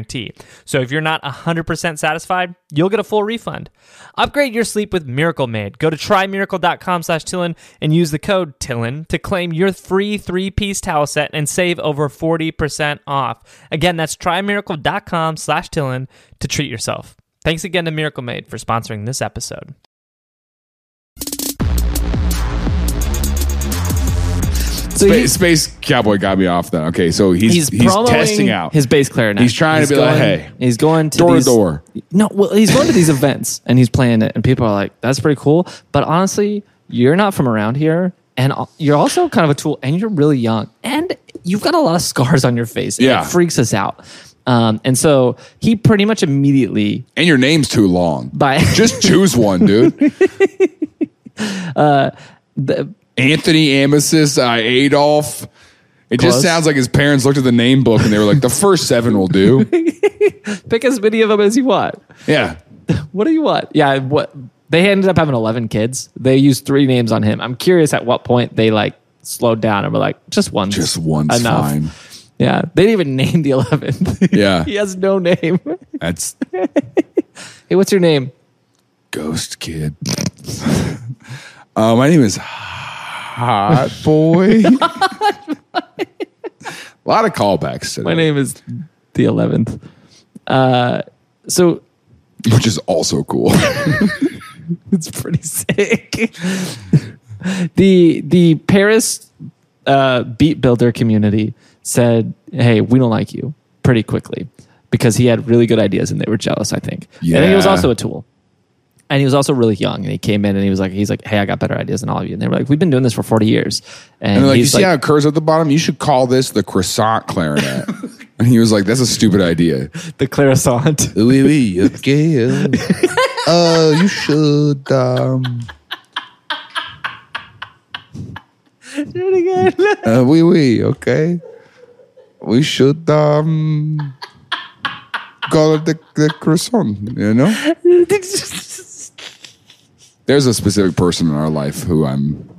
Speaker 2: So if you're not 100% satisfied, you'll get a full refund. Upgrade your sleep with Miracle Made. Go to trymiracle.com slash Tillin and use the code Tillin to claim your free three piece towel set and save over 40% off. Again, that's trymiracle.com slash Tillin to treat yourself. Thanks again to Miracle Made for sponsoring this episode.
Speaker 3: So
Speaker 1: Space,
Speaker 3: he's,
Speaker 1: Space Cowboy got me off that. Okay, so he's he's,
Speaker 3: he's, promoting
Speaker 1: testing out.
Speaker 3: his bass clarinet.
Speaker 1: He's trying to be like,
Speaker 3: going-
Speaker 1: hey,
Speaker 3: he's going to
Speaker 1: door
Speaker 3: these,
Speaker 1: to door.
Speaker 3: No, well, he's going to these events and he's playing it, and people are like, "That's pretty cool." But honestly, you're not from around here, and al- you're also kind of a tool, and you're really young, and you've got a lot of scars on your face. and
Speaker 1: Yeah.
Speaker 3: it freaks us out. Um, and so he pretty much immediately
Speaker 1: And your name's too long.
Speaker 3: by
Speaker 1: Just choose one,
Speaker 3: [laughs]
Speaker 1: dude.
Speaker 3: Uh, the,
Speaker 1: Anthony Amisis, uh, Adolf. It just
Speaker 3: Close.
Speaker 1: sounds like his parents looked at the name book and they were like, the first seven will
Speaker 3: [laughs]
Speaker 1: do.
Speaker 3: [laughs] pick as many of them as you want.
Speaker 1: Yeah.
Speaker 3: What do you want? Yeah, what they ended up having eleven kids. They used three names on him. I'm curious at what point they like slowed down and were like, just one,
Speaker 1: Just one's fine.
Speaker 3: Yeah, they didn't even name the
Speaker 1: [laughs]
Speaker 3: eleventh.
Speaker 1: Yeah.
Speaker 3: [laughs] he has no name.
Speaker 1: That's
Speaker 3: Hey, what's your name?
Speaker 1: Ghost Kid. [laughs] uh, my name is Hot Boy. A lot of callbacks today,
Speaker 3: My name is the eleventh. Uh, so
Speaker 1: which is also cool. [laughs]
Speaker 3: it's pretty sick. the the Paris uh, beat builder community said, "Hey, we don't like you." Pretty quickly, because he had really good ideas and they were jealous. I think, and he was
Speaker 1: Yeah.
Speaker 3: also a tool, and he was also really young. And he came in and he was like, "He's like, hey, I got better ideas than all of you." And they were like, "We've been doing this for forty years." And,
Speaker 1: And they're like, you
Speaker 3: he's
Speaker 1: see how it curves at the bottom? You should call this the croissant clarinet. And he was like, that's a stupid idea. [laughs]
Speaker 3: the Clarisant.
Speaker 1: Oui, oui, okay. Oh, you should. Um,
Speaker 3: Do it again.
Speaker 1: uh, oui, oui, okay. We should um, call it the, the croissant, you know? There's a specific person in our life who I'm.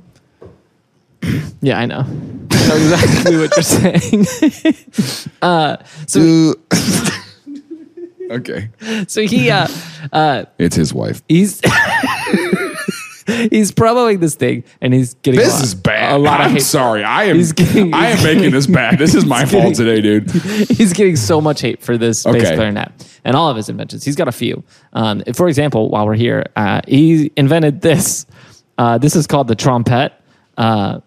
Speaker 3: [laughs] yeah, I know. [laughs] I know exactly what you're saying.
Speaker 1: [laughs]
Speaker 3: [laughs]
Speaker 1: okay.
Speaker 3: so he uh,
Speaker 1: It's his wife.
Speaker 3: he's [laughs] he's promoting this thing and he's getting a
Speaker 1: This
Speaker 3: lot,
Speaker 1: is bad.
Speaker 3: A lot
Speaker 1: I'm
Speaker 3: of hate.
Speaker 1: sorry. I am.
Speaker 3: He's getting-
Speaker 1: I am
Speaker 3: he's
Speaker 1: making this bad. This is my fault
Speaker 3: getting-
Speaker 1: today, dude.
Speaker 3: [laughs] he's getting so much hate for this bass
Speaker 1: Okay.
Speaker 3: clarinet and all of his inventions. He's got a few. Um, for example, while we're here, uh, he invented this. Uh, this is called the trompet. Uh,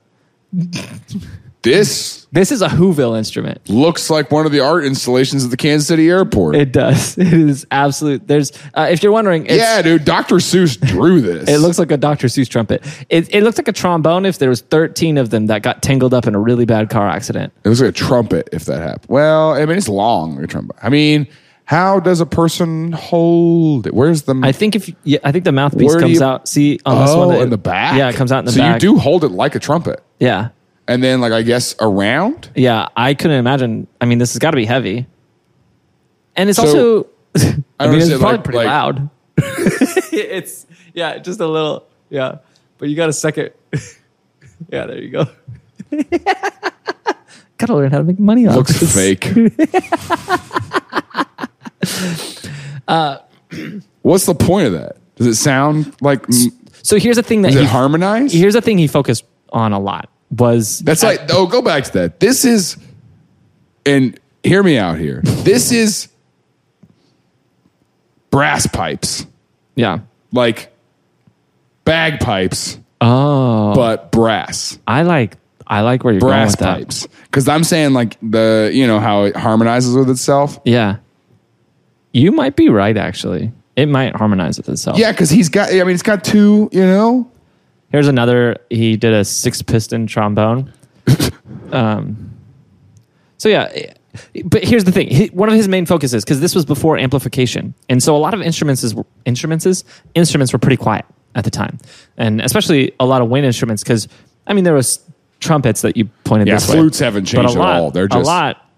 Speaker 1: This
Speaker 3: this is a Whoville instrument.
Speaker 1: looks like one of the art installations at the Kansas City airport.
Speaker 3: It does. [laughs] It is absolute. There's. Uh, if you're wondering, it's,
Speaker 1: yeah, dude. Dr. Seuss drew this.
Speaker 3: It looks like a Dr. Seuss trumpet. It, it looks like a trombone if there was 13 of them that got tangled up in a really bad car accident.
Speaker 1: It looks like a trumpet if that happened. Well, I mean, it's long. like a trumpet. I mean, how does a person hold it? Where's the?
Speaker 3: I think if yeah, I think the mouthpiece
Speaker 1: Where do
Speaker 3: comes
Speaker 1: you-
Speaker 3: out. See on this
Speaker 1: oh,
Speaker 3: one, it-
Speaker 1: in the back.
Speaker 3: Yeah, it comes out in the
Speaker 1: so
Speaker 3: back.
Speaker 1: you do hold it like a trumpet,
Speaker 3: Yeah,
Speaker 1: and then like I guess around.
Speaker 3: yeah. I couldn't imagine. I mean, this has got to be heavy, and it's
Speaker 1: So- [laughs]
Speaker 3: also. [laughs] I,
Speaker 1: don't
Speaker 3: mean, it's
Speaker 1: understand,
Speaker 3: probably
Speaker 1: like- like- [laughs]
Speaker 3: pretty loud. [laughs] it's yeah, just a little yeah, but you got to suck it. [laughs] yeah, there you go. [laughs] Gotta learn how to make money off
Speaker 1: Looks
Speaker 3: this.
Speaker 1: fake.
Speaker 3: [laughs]
Speaker 1: What's the point of that? Does it sound like is
Speaker 3: So here's the thing that
Speaker 1: it
Speaker 3: he
Speaker 1: harmonized?
Speaker 3: here's the thing he focused on a lot was
Speaker 1: That's like oh, go back to that. This is, and hear me out here. This is brass pipes,
Speaker 3: yeah.
Speaker 1: like bagpipes,
Speaker 3: Oh,
Speaker 1: but brass,
Speaker 3: I like I like where you're going
Speaker 1: brass
Speaker 3: with that.
Speaker 1: pipes. Because I'm saying like the you know how it harmonizes with itself.
Speaker 3: Yeah, you might be right. Actually, it might harmonize with itself.
Speaker 1: Yeah, because he's got. I mean, it's got two. You know,
Speaker 3: Here's another. He did a six piston trombone.
Speaker 1: [laughs]
Speaker 3: um. So yeah, eh, but here's the thing. He- One of his main focuses, because this was before amplification, and so a lot of instruments is instruments is instruments were pretty quiet at the time, and especially a lot of wind instruments, because I mean there was trumpets that you pointed
Speaker 1: Yeah,
Speaker 3: this way.
Speaker 1: flutes haven't
Speaker 3: but a
Speaker 1: changed at
Speaker 3: lot-
Speaker 1: all. They're
Speaker 3: a
Speaker 1: just-
Speaker 3: lot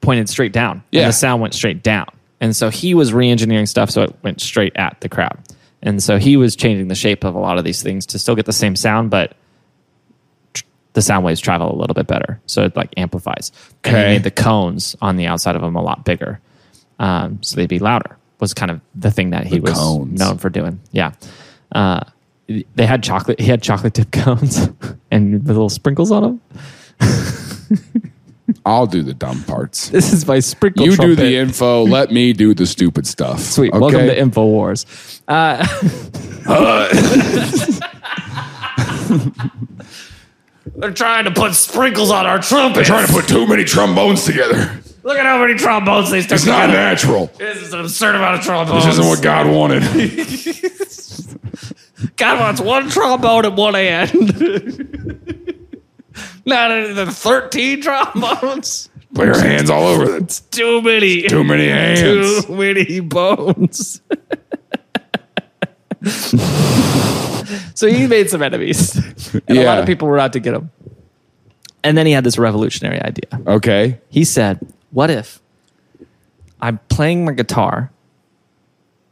Speaker 3: pointed straight down.
Speaker 1: Yeah.
Speaker 3: and the sound went straight down, and so he was re-engineering stuff so it went straight at the crowd, and so he was changing the shape of a lot of these things to still get the same sound, but tr- the sound waves travel a little bit better, so it like amplifies. And he
Speaker 1: Okay.
Speaker 3: made the cones on the outside of them a lot bigger, um, so they'd be louder. Was kind of the thing that he
Speaker 1: The
Speaker 3: was
Speaker 1: cones.
Speaker 3: known for doing. Yeah. Uh, they had chocolate. He had chocolate dip [laughs] cones and with little sprinkles on them.
Speaker 1: I'll do the dumb parts.
Speaker 3: This is my sprinkle.
Speaker 1: You
Speaker 3: trumpet.
Speaker 1: do the info. Let me do the stupid stuff.
Speaker 3: Sweet. Welcome to InfoWars. Uh,
Speaker 5: [laughs] They're trying to put sprinkles on our trumpets.
Speaker 1: Trying to put too many trombones together.
Speaker 5: Look at how many trombones they stuck
Speaker 1: It's not
Speaker 5: together.
Speaker 1: natural.
Speaker 5: This is an absurd amount of trombones.
Speaker 1: This isn't what God
Speaker 3: [laughs]
Speaker 1: wanted.
Speaker 5: God wants one trombone at one end. [laughs] Not any of the 13 trombones.
Speaker 1: Put your hands all over it.
Speaker 5: Too many.
Speaker 1: Too many
Speaker 5: Too
Speaker 1: hands.
Speaker 5: many bones.
Speaker 3: so he made some enemies, and a lot
Speaker 1: Yeah.
Speaker 3: of people were out to get him. And then he had this revolutionary idea.
Speaker 1: Okay.
Speaker 3: He said, What if I'm playing my guitar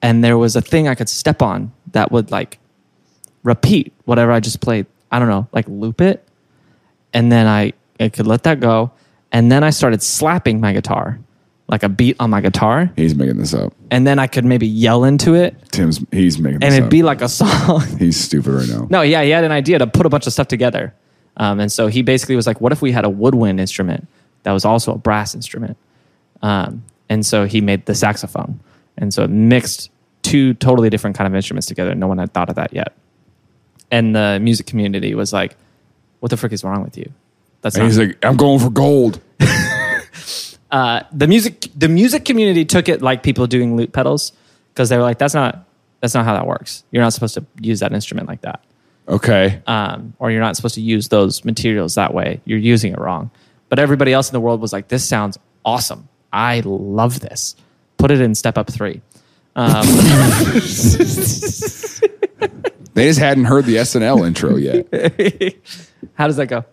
Speaker 3: and there was a thing I could step on that would like repeat whatever I just played? I don't know, like loop it. And then I, I could let that go. And then I started slapping my guitar, like a beat on my guitar.
Speaker 1: He's making this up.
Speaker 3: And then I could maybe yell into it
Speaker 1: Tim's. He's making. This
Speaker 3: and it'd
Speaker 1: up.
Speaker 3: be like a [laughs] song.
Speaker 1: He's stupid right now.
Speaker 3: no, yeah, he had an idea to put a bunch of stuff together. Um, and so he basically was like, what if we had a woodwind instrument that was also a brass instrument? Um, and so he made the saxophone. And so it mixed two totally different kind of instruments together. No one had thought of that yet. And the music community was like, what the frick is wrong with you? That's
Speaker 1: And
Speaker 3: not
Speaker 1: he's like, I'm going for gold.
Speaker 3: Uh, the music the music community took it like people doing loop pedals because they were like, that's not that's not how that works. You're not supposed to use that instrument like that.
Speaker 1: Okay.
Speaker 3: um, or you're not supposed to use those materials that way. You're using it wrong. But everybody else in the world was like, this sounds awesome. I love this. Put it in step up three.
Speaker 1: They just hadn't heard the
Speaker 3: [laughs]
Speaker 1: SNL intro yet.
Speaker 3: How does that go?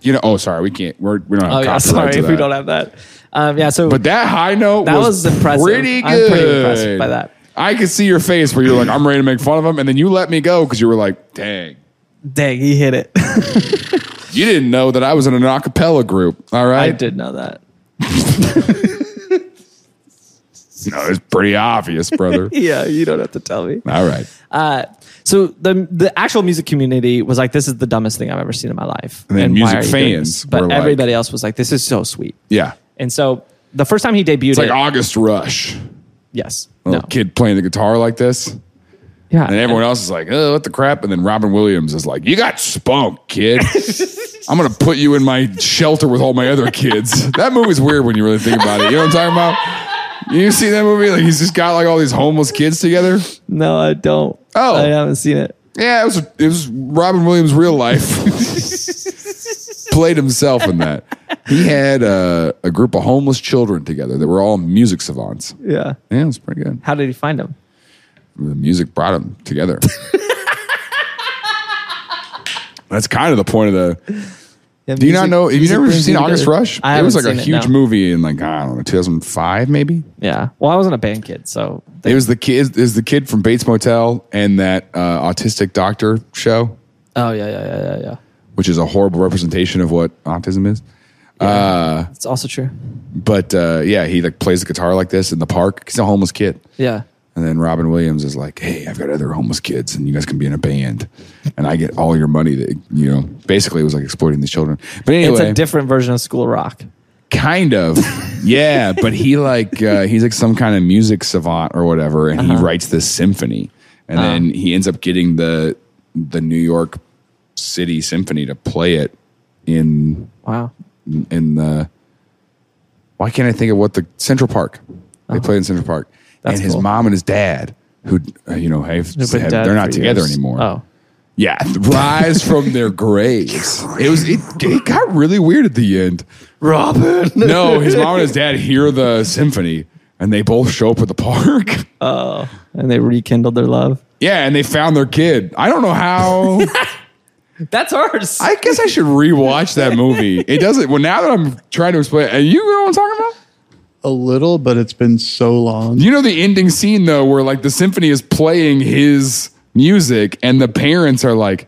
Speaker 1: You know, oh, sorry, we can't. We're, we don't have
Speaker 3: Oh yeah,
Speaker 1: copyright
Speaker 3: sorry
Speaker 1: to
Speaker 3: if we
Speaker 1: that.
Speaker 3: don't have that. Um, yeah, so
Speaker 1: But that high note
Speaker 3: That
Speaker 1: was,
Speaker 3: was impressive.
Speaker 1: pretty
Speaker 3: I'm
Speaker 1: good.
Speaker 3: pretty impressed by that.
Speaker 1: I could see your face where you're like, I'm ready to make fun of him, and then you let me go because you were like, dang,
Speaker 3: dang, he hit it.
Speaker 1: you didn't know that I was in an acapella group. All
Speaker 3: I [laughs]
Speaker 1: right,
Speaker 3: did know that.
Speaker 1: no, it's pretty obvious, brother.
Speaker 3: [laughs] Yeah, you don't have to tell me.
Speaker 1: all right,
Speaker 3: Uh, so the the actual music community was like, "This is the dumbest thing I've ever seen in my life."
Speaker 1: And then music
Speaker 3: are you doing
Speaker 1: fans
Speaker 3: this? but
Speaker 1: were like-
Speaker 3: everybody else was like, "This is so sweet."
Speaker 1: yeah,
Speaker 3: And so the first time he debuted,
Speaker 1: it's like oh,
Speaker 3: it-
Speaker 1: August Rush,
Speaker 3: yes,
Speaker 1: little
Speaker 3: no,
Speaker 1: kid playing the guitar like this, and
Speaker 3: yeah,
Speaker 1: everyone else is like, oh, what the crap, and then Robin Williams is like, you got spunk,
Speaker 3: [laughs]
Speaker 1: kid. I'm gonna put you in my shelter with all my other
Speaker 3: [laughs]
Speaker 1: kids. that movie's weird when you really think about it. You know what I'm talking about? You see that movie? Like he's just got like all these homeless kids together.
Speaker 3: no, I don't.
Speaker 1: Oh.
Speaker 3: I haven't seen it.
Speaker 1: Yeah, it was it was Robin Williams' real life. Played himself in that. He had uh, a group of homeless children together that were all music savants.
Speaker 3: Yeah,
Speaker 1: Yeah, it was pretty good.
Speaker 3: how did he find him?
Speaker 1: The music brought them together. That's kind of the point of the.
Speaker 3: Yeah,
Speaker 1: Do you
Speaker 3: music-
Speaker 1: not know? Have you
Speaker 3: music
Speaker 1: never
Speaker 3: brings
Speaker 1: seen
Speaker 3: you
Speaker 1: August
Speaker 3: together.
Speaker 1: Rush?
Speaker 3: I
Speaker 1: it was like
Speaker 3: haven't
Speaker 1: a
Speaker 3: seen it,
Speaker 1: huge
Speaker 3: no.
Speaker 1: movie in like I don't know 2005 maybe.
Speaker 3: Yeah, well, I wasn't a band kid, so
Speaker 1: It was the kid is the kid from Bates Motel and that uh, autistic doctor show.
Speaker 3: oh yeah, yeah, yeah, yeah, yeah.
Speaker 1: which is a horrible representation of what autism is.
Speaker 3: It's also true.
Speaker 1: But uh, yeah, he like plays the guitar like this in the park. He's a homeless kid.
Speaker 3: Yeah,
Speaker 1: And then Robin Williams is like, "Hey, I've got other homeless kids, and you guys can be in a band, and I get all your money." That you know, basically, it was like exploiting these children. But
Speaker 3: it's
Speaker 1: anyway,
Speaker 3: a different version of School Rock.
Speaker 1: kind
Speaker 3: [laughs]
Speaker 1: of, yeah. But he like uh, he's like some kind of music savant or whatever, and
Speaker 3: Uh-huh.
Speaker 1: he writes this symphony, and then he ends up getting the the New York City Symphony to play it in
Speaker 3: Wow.
Speaker 1: in the why can't I think of what the Central Park they played in Central Park and his
Speaker 3: Uh-huh. cool.
Speaker 1: mom and his dad who uh, you know have,
Speaker 3: Been
Speaker 1: have-
Speaker 3: dead
Speaker 1: they're
Speaker 3: for
Speaker 1: not together
Speaker 3: years.
Speaker 1: anymore
Speaker 3: Oh,
Speaker 1: yeah [laughs] rise from their graves it was it, it got really weird at the end Robin no his mom and his dad hear the symphony and they both show up at the park [laughs]
Speaker 3: and they rekindled their love.
Speaker 1: yeah and they found their kid I don't know how
Speaker 3: That's ours.
Speaker 1: I guess I should rewatch that movie it doesn't well now that I'm trying to explain and you know what I'm talking about
Speaker 6: A little, but it's been so long.
Speaker 1: You know the ending scene though, where like the symphony is playing his music, and the parents are like,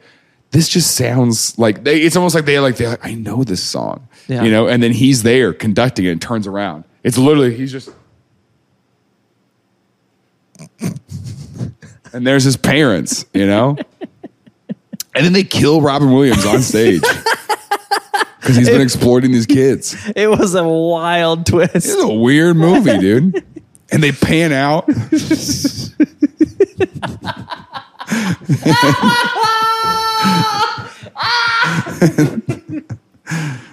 Speaker 1: "This just sounds like they." It's almost like they like they're like, "I know this song,"
Speaker 3: Yeah.
Speaker 1: you know. And then he's there conducting it, and turns around. It's literally he's just, [laughs] and there's his parents, you know. [laughs] and then they kill Robin Williams on stage. Because he's been exploiting these kids.
Speaker 3: it was a wild twist.
Speaker 1: This is a weird movie, dude. And they pan out.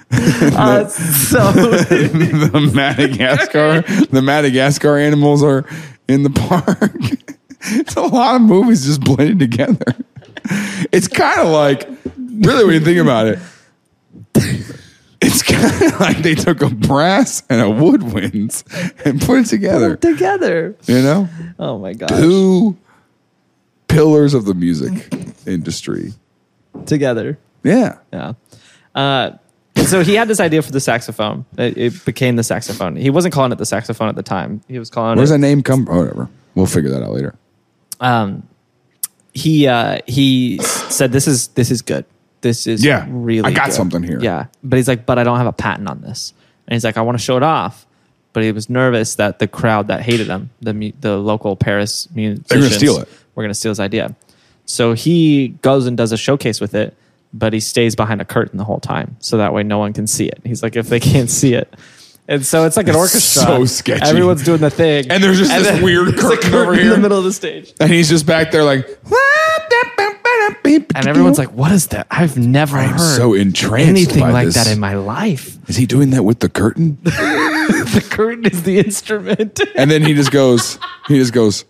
Speaker 3: Uh, so [laughs]
Speaker 1: the Madagascar, the Madagascar animals are in the park. [laughs] it's a lot of movies just blended together. It's kind of like, really, when you think about it, it's kind of like they took a brass and a woodwinds and put it together.
Speaker 3: together.
Speaker 1: You know,
Speaker 3: Oh my god.
Speaker 1: two pillars of the music industry.
Speaker 3: Together.
Speaker 1: Yeah,
Speaker 3: Yeah. Uh, so he had this idea for the saxophone. It, it became the saxophone. He wasn't calling it the saxophone at the time. He was calling
Speaker 1: where does
Speaker 3: it.
Speaker 1: that name come? from? Whatever, we'll figure that out later.
Speaker 3: Um, he uh, he s- said, "This is this is good. This is
Speaker 1: Yeah,
Speaker 3: really.
Speaker 1: I got
Speaker 3: good."
Speaker 1: something here.
Speaker 3: Yeah, but he's like, but I don't have a patent on this. And he's like, I want to show it off. But he was nervous that the crowd that hated him, the mu- the local Paris musicians,
Speaker 1: steal it.
Speaker 3: We're gonna steal his idea. So he goes and does a showcase with it, but he stays behind a curtain the whole time, so that way no one can see it. He's like, if they can't see it. And so it's like an orchestra.
Speaker 1: so sketchy.
Speaker 3: Everyone's doing the thing,
Speaker 1: And there's just this
Speaker 3: then
Speaker 1: weird
Speaker 3: there's a
Speaker 1: curtain over
Speaker 3: in the
Speaker 1: here.
Speaker 3: middle of the stage.
Speaker 1: And he's just back there like,
Speaker 3: And everyone's like, "What is that? I've never
Speaker 1: I'm
Speaker 3: heard
Speaker 1: so entranced
Speaker 3: anything
Speaker 1: by
Speaker 3: like
Speaker 1: this.
Speaker 3: that in my
Speaker 1: [laughs]
Speaker 3: life."
Speaker 1: Is he doing that with the curtain?
Speaker 3: The curtain is the [laughs] instrument.
Speaker 1: And then he just goes, he just goes,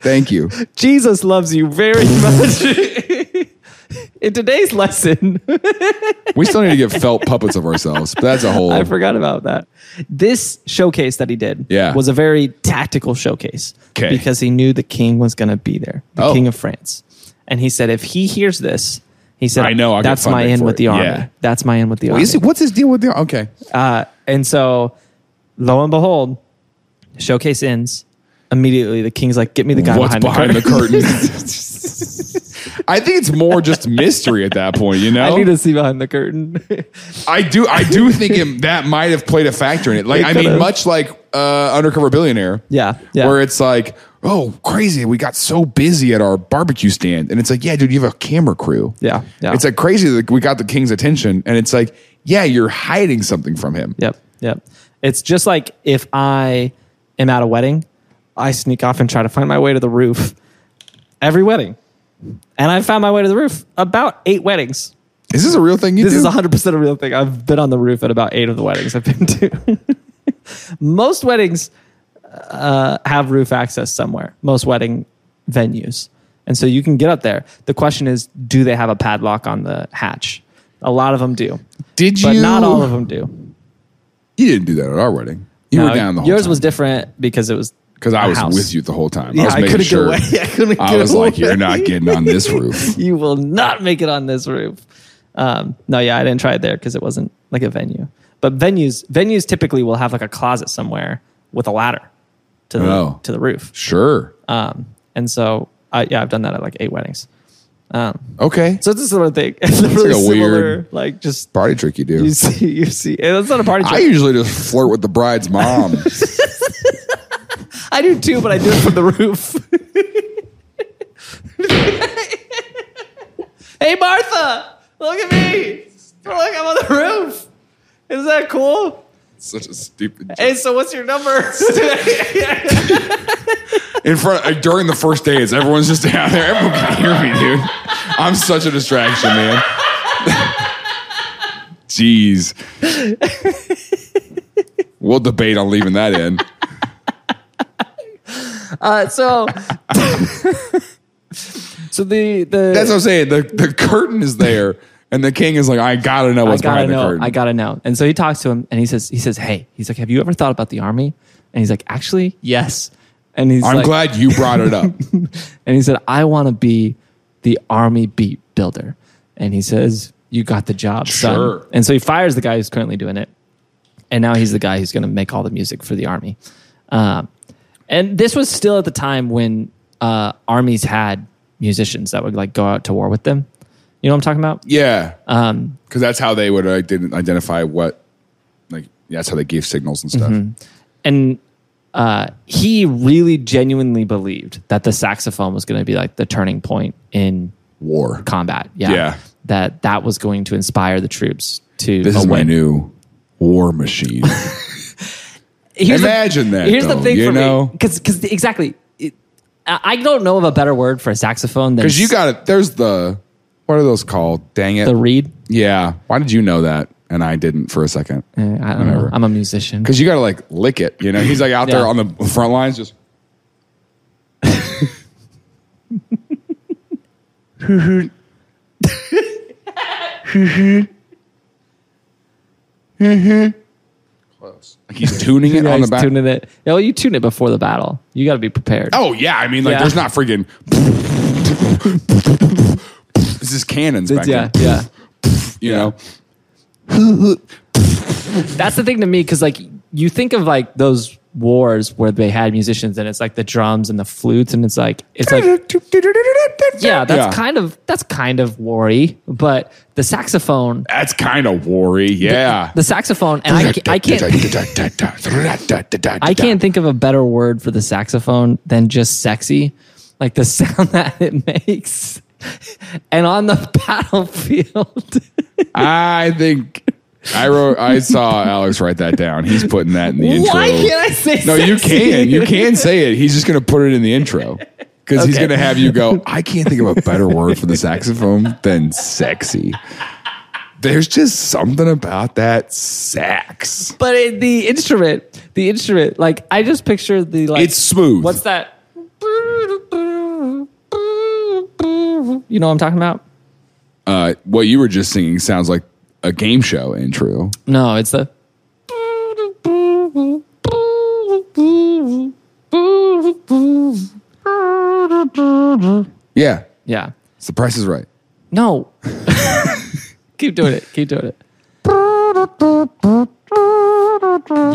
Speaker 1: thank you. [laughs]
Speaker 3: Jesus loves you very much. [laughs] in today's lesson, [laughs]
Speaker 1: We still need to get felt puppets of ourselves. But that's a whole.
Speaker 3: I forgot about that. This showcase that he did
Speaker 1: Yeah.
Speaker 3: was a very tactical showcase
Speaker 1: 'Kay.
Speaker 3: because he knew the king was going to be there, the
Speaker 1: Oh.
Speaker 3: king of France. And he said, if he hears this, he said,
Speaker 1: I know, I got
Speaker 3: that's my
Speaker 1: funding
Speaker 3: end
Speaker 1: for
Speaker 3: with
Speaker 1: it."
Speaker 3: the army.
Speaker 1: Yeah.
Speaker 3: That's my end with the
Speaker 1: Wait,
Speaker 3: army.
Speaker 1: is it- what's his deal with the? Okay,
Speaker 3: Uh, and so, lo and behold, showcase ends. Immediately, the king's like, get me the guy
Speaker 1: what's behind
Speaker 3: behind,
Speaker 1: the
Speaker 3: the curtain.
Speaker 1: curtain? I think it's more just mystery at that point. You know,
Speaker 3: [laughs] I need to see behind the curtain. [laughs]
Speaker 1: I do. I do think it, that might have played a factor in it. Like,
Speaker 3: It
Speaker 1: I mean,
Speaker 3: could've.
Speaker 1: much like uh, Undercover Billionaire.
Speaker 3: Yeah, yeah.
Speaker 1: Where it's like, oh, crazy. We got so busy at our barbecue stand, and it's like, yeah, dude, you have a camera crew.
Speaker 3: Yeah, yeah.
Speaker 1: It's like crazy that we got the king's attention, and it's like, yeah, you're hiding something from him.
Speaker 3: Yep. Yep. It's just like if I am at a wedding, I sneak off and try to find my way to the roof every wedding. And I found my way to the roof about eight weddings.
Speaker 1: Is this a real thing? You
Speaker 3: This
Speaker 1: do?
Speaker 3: is 100% a real thing. I've been on the roof at about eight of the weddings I've been to. [laughs] Most weddings uh, have roof access somewhere, most wedding venues. And so you can get up there. The question is do they have a padlock on the hatch? A lot of them do,
Speaker 1: Did you?
Speaker 3: but not all of them do.
Speaker 1: You didn't do that at our wedding. You
Speaker 3: No,
Speaker 1: were down the whole
Speaker 3: yours was different because it was
Speaker 1: because I
Speaker 3: a
Speaker 1: was
Speaker 3: house.
Speaker 1: with you the whole time.
Speaker 3: Yeah,
Speaker 1: I was
Speaker 3: I
Speaker 1: making
Speaker 3: couldn't
Speaker 1: sure.
Speaker 3: get away. [laughs] I couldn't
Speaker 1: I
Speaker 3: get
Speaker 1: was like,
Speaker 3: away.
Speaker 1: you're not getting on this
Speaker 3: [laughs]
Speaker 1: roof.
Speaker 3: You will not make it on this roof. Um, no, yeah, I didn't try it there because it wasn't like a venue. But venues, venues typically will have like a closet somewhere with a ladder to the
Speaker 1: Oh.
Speaker 3: to the roof.
Speaker 1: Sure.
Speaker 3: Um, and so, I, yeah, I've done that at like eight weddings.
Speaker 1: Okay.
Speaker 3: So it's a similar [laughs] thing. It's a really
Speaker 1: like a
Speaker 3: similar,
Speaker 1: weird-
Speaker 3: like just [laughs]
Speaker 1: Party trick you do.
Speaker 3: you see, you see. and It's not a party
Speaker 1: I
Speaker 3: trick.
Speaker 1: usually just flirt with the bride's
Speaker 3: [laughs]
Speaker 1: mom.
Speaker 3: I, do too, but I do it from the roof. [laughs] hey, Martha, look at me. Look, I'm on the roof. Is that cool?
Speaker 1: Such a stupid. joke.
Speaker 3: Hey, so what's your [laughs] number?
Speaker 1: In front uh, during the first dates, everyone's just [laughs] down there. Everyone can hear me, dude. I'm such a distraction, man. [laughs] Jeez. We'll debate on leaving that in.
Speaker 3: uh, so, so the the
Speaker 1: That's what I'm saying. The the curtain is there, and the king is like, I gotta know
Speaker 3: I
Speaker 1: what's
Speaker 3: gotta
Speaker 1: behind the
Speaker 3: know.
Speaker 1: curtain.
Speaker 3: I gotta know. And so he talks to him, and he says, he says, hey, he's like, have you ever thought about the army? And he's like, actually, yes. And he's
Speaker 1: I'm
Speaker 3: like,
Speaker 1: glad you brought it
Speaker 3: [laughs]
Speaker 1: up.
Speaker 3: and he said, I want to be the army beat builder. And he says, you got the job, son.
Speaker 1: Sure.
Speaker 3: And so he fires the guy who's currently doing it, and now he's the guy who's going to make all the music for the army. Um, and this was still at the time when uh, armies had musicians that would like go out to war with them. You know what I'm talking about? Um,
Speaker 1: Yeah.
Speaker 3: Uh-huh.
Speaker 1: Because that's how they would like, didn't identify what, like, that's how they gave signals and stuff.
Speaker 3: Mm-hmm. and uh, he really genuinely believed that the saxophone was going to be like the turning point in
Speaker 1: War.
Speaker 3: combat. Yeah,
Speaker 1: Yeah.
Speaker 3: that that was going to inspire the troops to.
Speaker 1: This
Speaker 3: go
Speaker 1: is my
Speaker 3: win.
Speaker 1: new war machine.
Speaker 3: Here's the-
Speaker 1: Imagine that,
Speaker 3: Here's
Speaker 1: though,
Speaker 3: the thing
Speaker 1: you
Speaker 3: for
Speaker 1: know?
Speaker 3: because because exactly, It- I I don't know of a better word for a saxophone than
Speaker 1: Because you got it. There's the, what are those called? Dang it.
Speaker 3: the reed.
Speaker 1: yeah. Why did you know that? And I didn't for a second.
Speaker 3: Eh, I don't know.
Speaker 1: Whatever.
Speaker 3: I'm a musician.
Speaker 1: Because you got to like lick it. You know, he's like out there
Speaker 3: Yeah.
Speaker 1: on the front lines just. Close. Like he's tuning it
Speaker 3: Yeah,
Speaker 1: on the
Speaker 3: he's
Speaker 1: back.
Speaker 3: tuning it. Yeah, well, you tune it before the battle. You got to be prepared.
Speaker 1: Oh yeah, I mean like
Speaker 3: Yeah.
Speaker 1: there's not freaking. [laughs] this is cannons back
Speaker 3: yeah,
Speaker 1: then.
Speaker 3: yeah.
Speaker 1: You know,
Speaker 3: that's the thing to me because like you think of like those wars where they had musicians and it's like the drums and the flutes and it's like
Speaker 1: [laughs]
Speaker 3: it's like yeah that's
Speaker 1: Yeah.
Speaker 3: kind of that's kind of worry but the saxophone
Speaker 1: that's kind of worry. Yeah.
Speaker 3: the saxophone and
Speaker 1: [laughs]
Speaker 3: I, ca- I can't I can't think of a better word for the saxophone than just sexy like the [laughs] sound that it makes and on the [laughs] battlefield
Speaker 1: I think I wrote. I saw Alex write that down. He's putting that in the intro.
Speaker 3: why can't I say
Speaker 1: no, you
Speaker 3: sexy?
Speaker 1: can. You can say it. He's just going to put it in the intro because he's going to have you go. I can't think of a better word for the saxophone than sexy. There's just something about that sax.
Speaker 3: But it, the instrument, the instrument, like I just picture the like.
Speaker 1: It's smooth.
Speaker 3: What's that? You know what I'm talking about?
Speaker 1: Uh, what you were just singing sounds like a game show intro.
Speaker 3: No, it's the.
Speaker 1: Yeah,
Speaker 3: Yeah.
Speaker 1: it's the Price is Right.
Speaker 3: No. [laughs] Keep doing it. Keep doing it.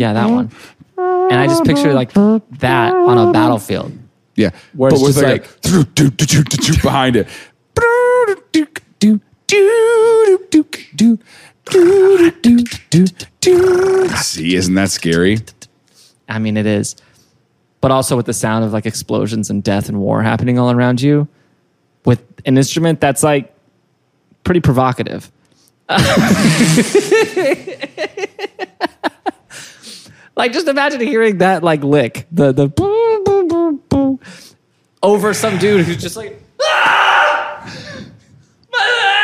Speaker 3: Yeah, that one. And I just picture like that on a battlefield.
Speaker 1: Yeah,
Speaker 3: Where it's
Speaker 1: with
Speaker 3: just
Speaker 1: a behind it. See, isn't that scary?
Speaker 3: I mean, it is. But also with the sound of like explosions and death and war happening all around you with an instrument that's like pretty provocative. like just imagine hearing that like lick, the the boo, boo, boo, boo, over some dude who's just like [laughs] "Ah! My leg!"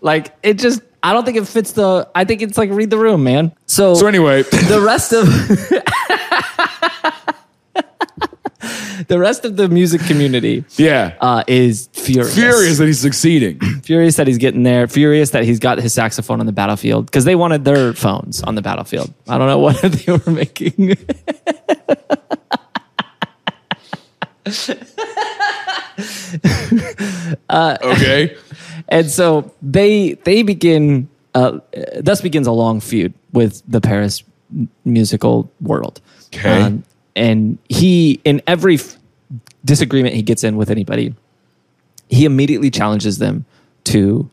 Speaker 3: like it just I don't think it fits the I think it's like read the room, man.
Speaker 1: So anyway,
Speaker 3: the rest of [laughs] the rest of the music community
Speaker 1: yeah,
Speaker 3: uh, is furious.
Speaker 1: furious that he's
Speaker 3: [coughs]
Speaker 1: succeeding.
Speaker 3: Furious that he's getting there. Furious that he's got his saxophone on the battlefield because they wanted their phones on the battlefield. I don't know [laughs] what they were making.
Speaker 1: Okay,
Speaker 3: and so they they begin uh, thus begins a long feud with the Paris m- musical world.
Speaker 1: Okay.
Speaker 3: Um, and he in every f- disagreement he gets in with anybody, he immediately challenges them to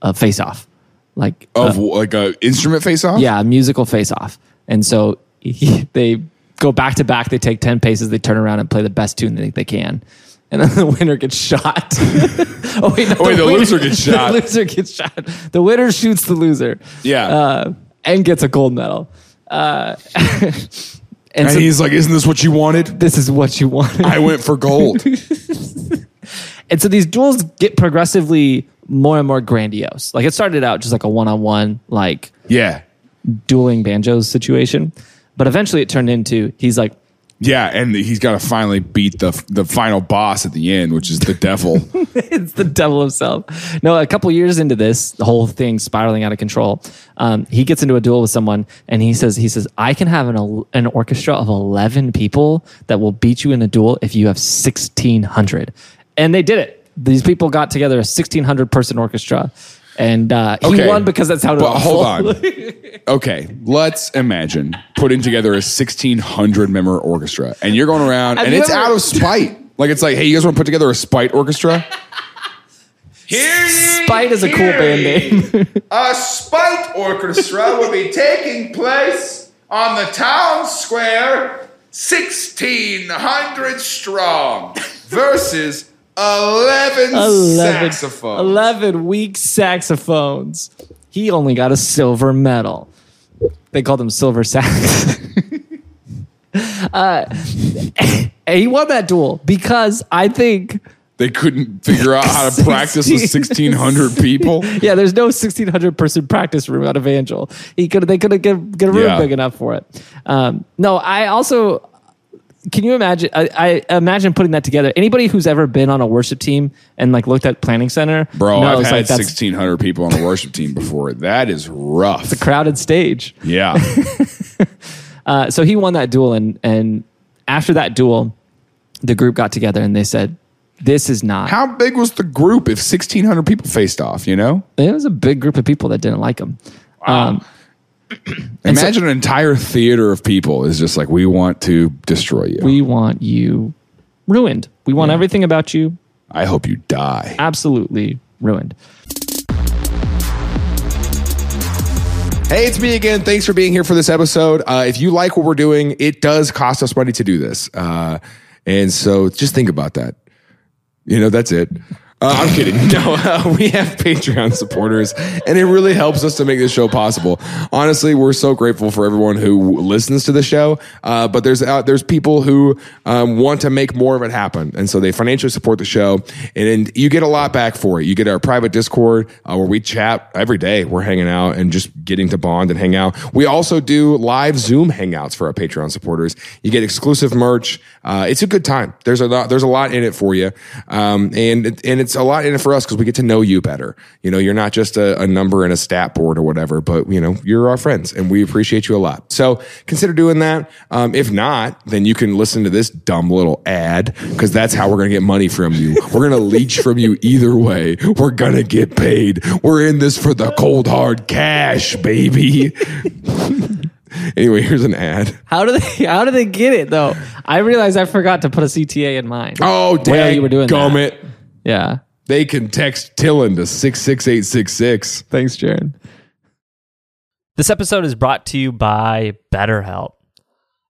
Speaker 3: a face off. Like
Speaker 1: of like a instrument face off.
Speaker 3: Uh, [laughs] yeah, a musical face off. And so he, [laughs] they go back to back, they take 10 paces, they turn around and play the best tune they think they can. And then [laughs] the winner gets shot. [laughs] oh, wait, no,
Speaker 1: wait, the loser gets shot.
Speaker 3: [laughs] The loser gets shot. The winner shoots the loser.
Speaker 1: Yeah.
Speaker 3: Uh, and gets a gold medal. Uh, [laughs] and
Speaker 1: and
Speaker 3: so
Speaker 1: he's like, "Isn't this what you wanted?
Speaker 3: this is what you wanted.
Speaker 1: I went for gold."
Speaker 3: [laughs] And so these duels get progressively more and more grandiose. Like it started out just like a one on one, like
Speaker 1: Yeah,
Speaker 3: dueling banjos situation. But eventually it turned into he's like,
Speaker 1: yeah, and he's got to finally beat the the final boss at the end, which is the devil.
Speaker 3: [laughs] it's the devil himself. No, a couple years into this, the whole thing spiraling out of control. Um, he gets into a duel with someone, and he says, "He says I can have an el- an orchestra of eleven people that will beat you in a duel if you have sixteen hundred, and they did it. These people got together a sixteen hundred person orchestra, and uh, he
Speaker 1: Okay.
Speaker 3: won because that sounded.
Speaker 1: But
Speaker 3: awful.
Speaker 1: hold on.
Speaker 3: [laughs]
Speaker 1: Okay, let's imagine putting together a 1600 member orchestra and you're going around and
Speaker 3: you
Speaker 1: it's
Speaker 3: ever-
Speaker 1: out of spite. Like it's like, "Hey, you guys want to put together a spite orchestra?"
Speaker 3: Spite is a cool band name. [laughs]
Speaker 1: A spite orchestra will be taking place on the town square 1600 strong versus 11,
Speaker 3: 11, 11 weak saxophones. He only got a silver medal. They called him Silver Sax. [laughs] uh, [laughs] and he won that duel because I think,
Speaker 1: They couldn't figure out how to practice with 1600 people.
Speaker 3: yeah, there's no 1600 person practice room out of Angel. He could, they couldn't get, get a room
Speaker 1: Yeah.
Speaker 3: big enough for it. Um, no, I also, can you imagine? I, I imagine putting that together. Anybody who's ever been on a worship team and like looked at planning center,
Speaker 1: Bro, I've
Speaker 3: knows,
Speaker 1: had
Speaker 3: that's
Speaker 1: 1600 people on a worship team before. That is rough.
Speaker 3: a crowded stage.
Speaker 1: Yeah.
Speaker 3: [laughs] Uh, so he won that duel, and and after that duel, the group got together and they said, "This is not."
Speaker 1: How big was the group if 1600 people faced off, you know?
Speaker 3: It was a big group of people that didn't like him.
Speaker 1: Imagine an entire theater of people is just like we want to destroy you.
Speaker 3: We want you ruined. We want everything about you
Speaker 1: I hope you die.
Speaker 3: absolutely ruined.
Speaker 1: Hey, it's me again. Thanks for being here for this episode. Uh, if you like what we're doing, it does cost us money to do this. Uh, and so just think about that. You know, that's it. Uh, I'm kidding. [laughs] No, uh, we have Patreon supporters, and it really helps us to make this show possible. Honestly, we're so grateful for everyone who listens to the show. Uh, but there's uh, there's people who um, want to make more of it happen, and so they financially support the show, and, and you get a lot back for it. You get our private Discord uh, where we chat every day. We're hanging out and just getting to bond and hang out. We also do live Zoom hangouts for our Patreon supporters. You get exclusive merch. Uh, it's a good time. There's a lot, there's a lot in it for you, um, and it- and it's a lot in it for us because we get to know you better. You know, you're not just a, a number in a stat board or whatever, but you know, you're our friends, and we appreciate you a lot. So consider doing that. Um, if not, then you can listen to this dumb little ad because that's how we're gonna get money from you. We're gonna leech from you either way. We're gonna get paid. We're in this for the cold hard cash, baby. [laughs] anyway, here's an ad.
Speaker 3: How do they? [laughs] How do they get it though? I realized I forgot to put a CTA in mine.
Speaker 1: Oh, dang,
Speaker 3: you were doing that.
Speaker 1: gummit.
Speaker 3: Yeah.
Speaker 1: They can text Tillin to 66866.
Speaker 3: Thanks, Jaron.
Speaker 2: This episode is brought to you by BetterHelp.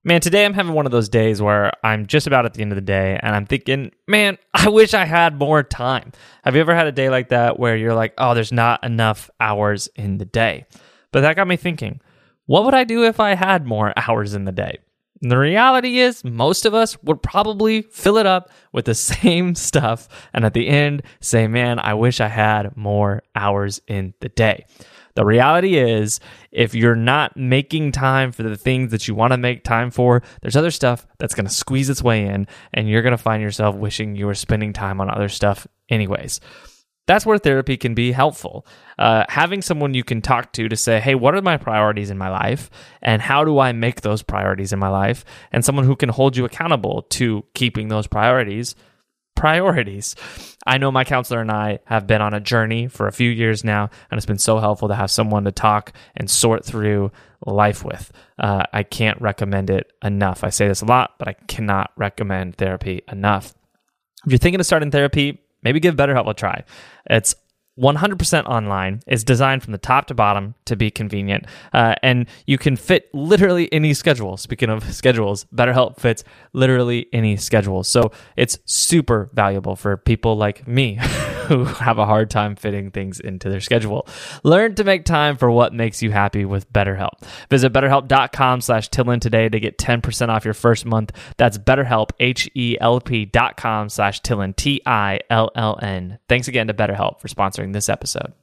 Speaker 2: Man, today I'm having one of those days where I'm just about at the end of the day and I'm thinking, man, I wish I had more time. Have you ever had a day like that where you're like, oh, there's not enough hours in the day? But that got me thinking, what would I do if I had more hours in the day? And the reality is, most of us would probably fill it up with the [laughs] same stuff and at the end say, man, I wish I had more hours in the day. The reality is, if you're not making time for the things that you want to make time for, there's other stuff that's going to squeeze its way in, and you're going to find yourself wishing you were spending time on other stuff, anyways. That's where therapy can be helpful. Uh, having someone you can talk to to say, hey, what are my priorities in my life? And how do I make those priorities in my life? And someone who can hold you accountable to keeping those priorities priorities. I know my counselor and I have been on a journey for a few years now, and it's been so helpful to have someone to talk and sort through life with. Uh, I can't recommend it enough. I say this a lot, but I cannot recommend therapy enough. If you're thinking of starting therapy, maybe give BetterHelp a try. It's 100% online. It's designed from the top to bottom to be convenient. Uh, and you can fit literally any schedule. Speaking of [laughs] schedules, BetterHelp fits literally any schedule. So it's super valuable for people like me [laughs] who have a hard time fitting things into their schedule. Learn to make time for what makes you happy with BetterHelp. Visit betterhelp.com slash Tillin today to get 10% off your first month. That's betterhelp, H-E-L-P dot com slash Tillin, T-I-L-L-N. Thanks again to BetterHelp for sponsoring this episode.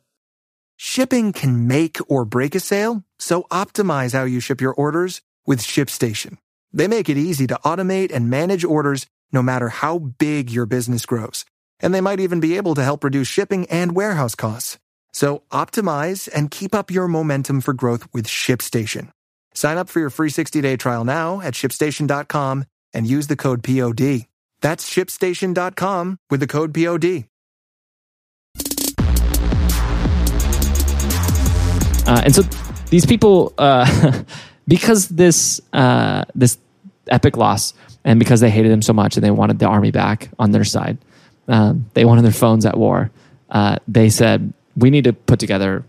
Speaker 7: Shipping can make or break a sale, so optimize how you ship your orders with ShipStation. They make it easy to automate and manage orders no matter how big your business grows. And they might even be able to help reduce shipping and warehouse costs. So optimize and keep up your momentum for growth with ShipStation. Sign up for your free 60-day trial now at shipstation.com and use the code POD. That's shipstation.com with the code POD.
Speaker 3: Uh, and so these people, uh, [laughs] because this uh, this epic loss, and because they hated him so much, and they wanted the army back on their side, um, they wanted their phones at war. Uh, they said, "We need to put together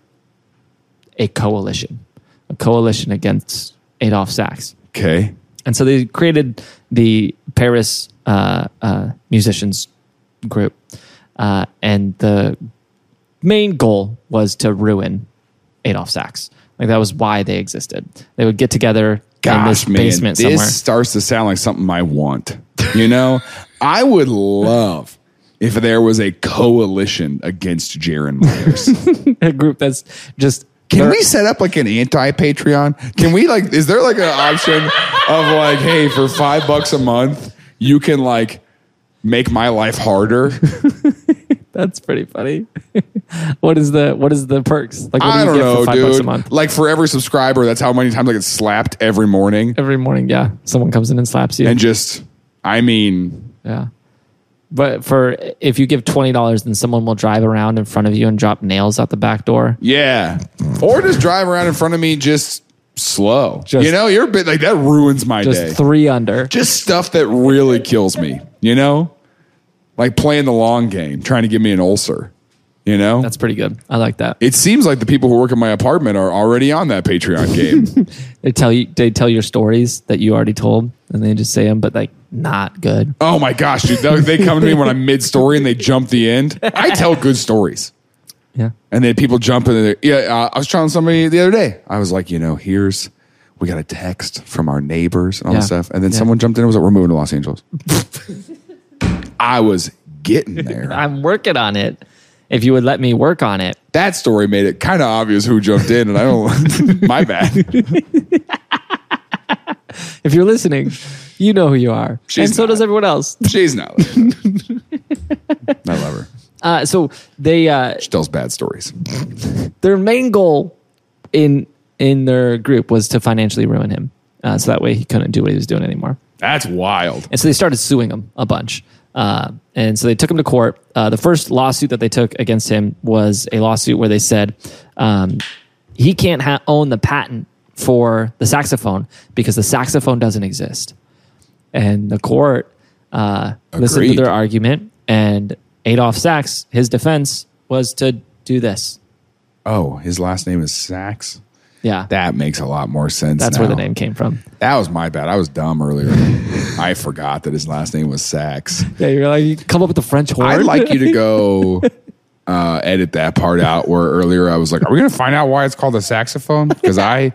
Speaker 3: a coalition, a coalition against Adolf Sachs."
Speaker 1: Okay.
Speaker 3: And so they created the Paris uh, uh, musicians group, uh, and the main goal was to ruin Adolf Sachs. Like that was why they existed. They would get together in this
Speaker 1: Gosh, man,
Speaker 3: basement
Speaker 1: this
Speaker 3: somewhere.
Speaker 1: starts to sound like something I want. You know, [laughs] I would love if there was a coalition against Jaron Myers.
Speaker 3: [laughs] a group that's just
Speaker 1: Can we set up like an anti Patreon? Can we like? Is there like an option of like, hey, for five bucks a month, you can like make my life harder?
Speaker 3: [laughs] That's pretty funny. [laughs] what is the what is the perks? Like what
Speaker 1: I
Speaker 3: do
Speaker 1: don't
Speaker 3: you get
Speaker 1: know,
Speaker 3: for five
Speaker 1: dude.
Speaker 3: bucks a month?
Speaker 1: Like for every subscriber, that's how many times I get slapped every morning,
Speaker 3: Every morning, yeah. Someone comes in and slaps you.
Speaker 1: and just, I mean,
Speaker 3: Yeah. But for if you give twenty dollars, then someone will drive around in front of you and drop nails out the back door.
Speaker 1: yeah, or just drive around in front of me just slow.
Speaker 3: Just-
Speaker 1: you know, you're a bit like that ruins my
Speaker 3: Just
Speaker 1: day.
Speaker 3: three under.
Speaker 1: just stuff that really kills me. You know, like playing the long game, trying to give me an ulcer. You know,
Speaker 3: That's pretty good. I like that.
Speaker 1: it seems like the people who work in my apartment are already on that Patreon
Speaker 3: [laughs]
Speaker 1: game.
Speaker 3: They tell you they tell your stories that you already told, and they just say them, but like not good.
Speaker 1: oh my gosh, dude! They they come to me when I'm mid story and they jump the end. I tell good stories.
Speaker 3: Yeah.
Speaker 1: And then people jump in there. Yeah, uh, I was telling somebody the other day. I was like, you know, here's we got a text from our neighbors and all this
Speaker 3: Yeah.
Speaker 1: stuff. And then
Speaker 3: Yeah.
Speaker 1: someone jumped in and was like, we're moving to Los Angeles. I was getting
Speaker 3: [laughs]
Speaker 1: there.
Speaker 3: I'm working on it. If you would let me work on it,
Speaker 1: That story made it kind of obvious who jumped in, and I
Speaker 3: [laughs]
Speaker 1: don't. [laughs] my bad.
Speaker 3: if you're listening, you know who you are,
Speaker 1: She's
Speaker 3: and so
Speaker 1: not.
Speaker 3: does everyone else.
Speaker 1: She's not. listening. I love her.
Speaker 3: Uh, so they uh,
Speaker 1: She tells bad stories.
Speaker 3: their main goal in in their group was to financially ruin him, uh, so that way he couldn't do what he was doing anymore.
Speaker 1: That's wild.
Speaker 3: And so they started suing him a bunch. Uh, and so they took him to court. Uh, the first lawsuit that they took against him was a lawsuit where they said um, he can't ha- own the patent for the saxophone because the saxophone doesn't exist. And the court uh, listened to
Speaker 1: Agreed.
Speaker 3: their argument, and Adolf Sachs, his defense was to do this.
Speaker 1: Oh, his last name is Sachs.
Speaker 3: Yeah.
Speaker 1: That makes a lot more sense.
Speaker 3: that's where the
Speaker 1: now.
Speaker 3: name came from.
Speaker 1: That was my bad. I was dumb earlier. I forgot that his last name was Sachs.
Speaker 3: Yeah, you're like, you come up with the French word.
Speaker 1: I'd
Speaker 3: [laughs]
Speaker 1: like you [laughs] to go uh, edit that part out where earlier I was like, "Are we going to find out why it's called a saxophone?" Because I,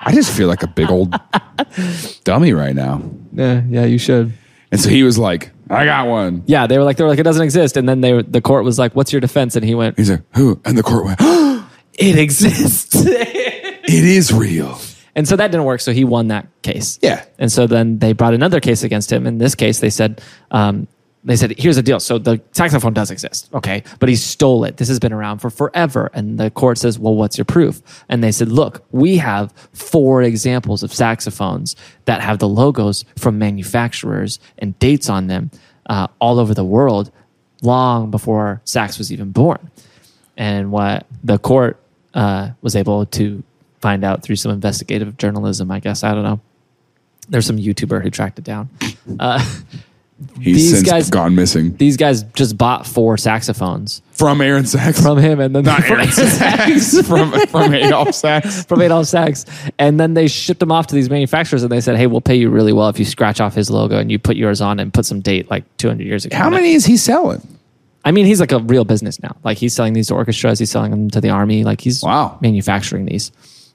Speaker 1: I just feel like a big [laughs] old dummy right now.
Speaker 3: yeah, yeah, you should.
Speaker 1: And so he was like, "I got one."
Speaker 3: Yeah, they were like, they were like, it doesn't exist. And then they, the court was like, what's your defense? And he went,
Speaker 1: He's like, "Who?" And the court went, "It
Speaker 3: it exists. [laughs]
Speaker 1: is real."
Speaker 3: and so that didn't work. So he won that case.
Speaker 1: Yeah.
Speaker 3: And so then they brought another case against him. In this case, they said, um, they said, here's the deal. So the saxophone does exist. Okay. But he stole it. This has been around for forever. And the court says, well, what's your proof? And they said, look, we have four examples of saxophones that have the logos from manufacturers and dates on them uh, all over the world long before sax was even born. And what the court uh, was able to find out through some investigative journalism, I guess. I don't know. There's some YouTuber who tracked it down.
Speaker 1: He's
Speaker 3: These
Speaker 1: since
Speaker 3: guys-
Speaker 1: gone missing
Speaker 3: These guys just bought four saxophones
Speaker 1: from Aaron Sachs.
Speaker 3: from him and then
Speaker 1: not
Speaker 3: from,
Speaker 1: Aaron Sachs. from from Adolf Sachs.
Speaker 3: [laughs] from Adolf Sachs. And then they shipped them off to these manufacturers and they said, hey, we'll pay you really well if you scratch off his logo and you put yours on and put some date like 200 years ago.
Speaker 1: How
Speaker 3: on it."
Speaker 1: many is he selling?
Speaker 3: I mean, he's like a real business now. Like he's selling these to orchestras, he's selling them to the army. Like he's
Speaker 1: Wow.
Speaker 3: manufacturing these.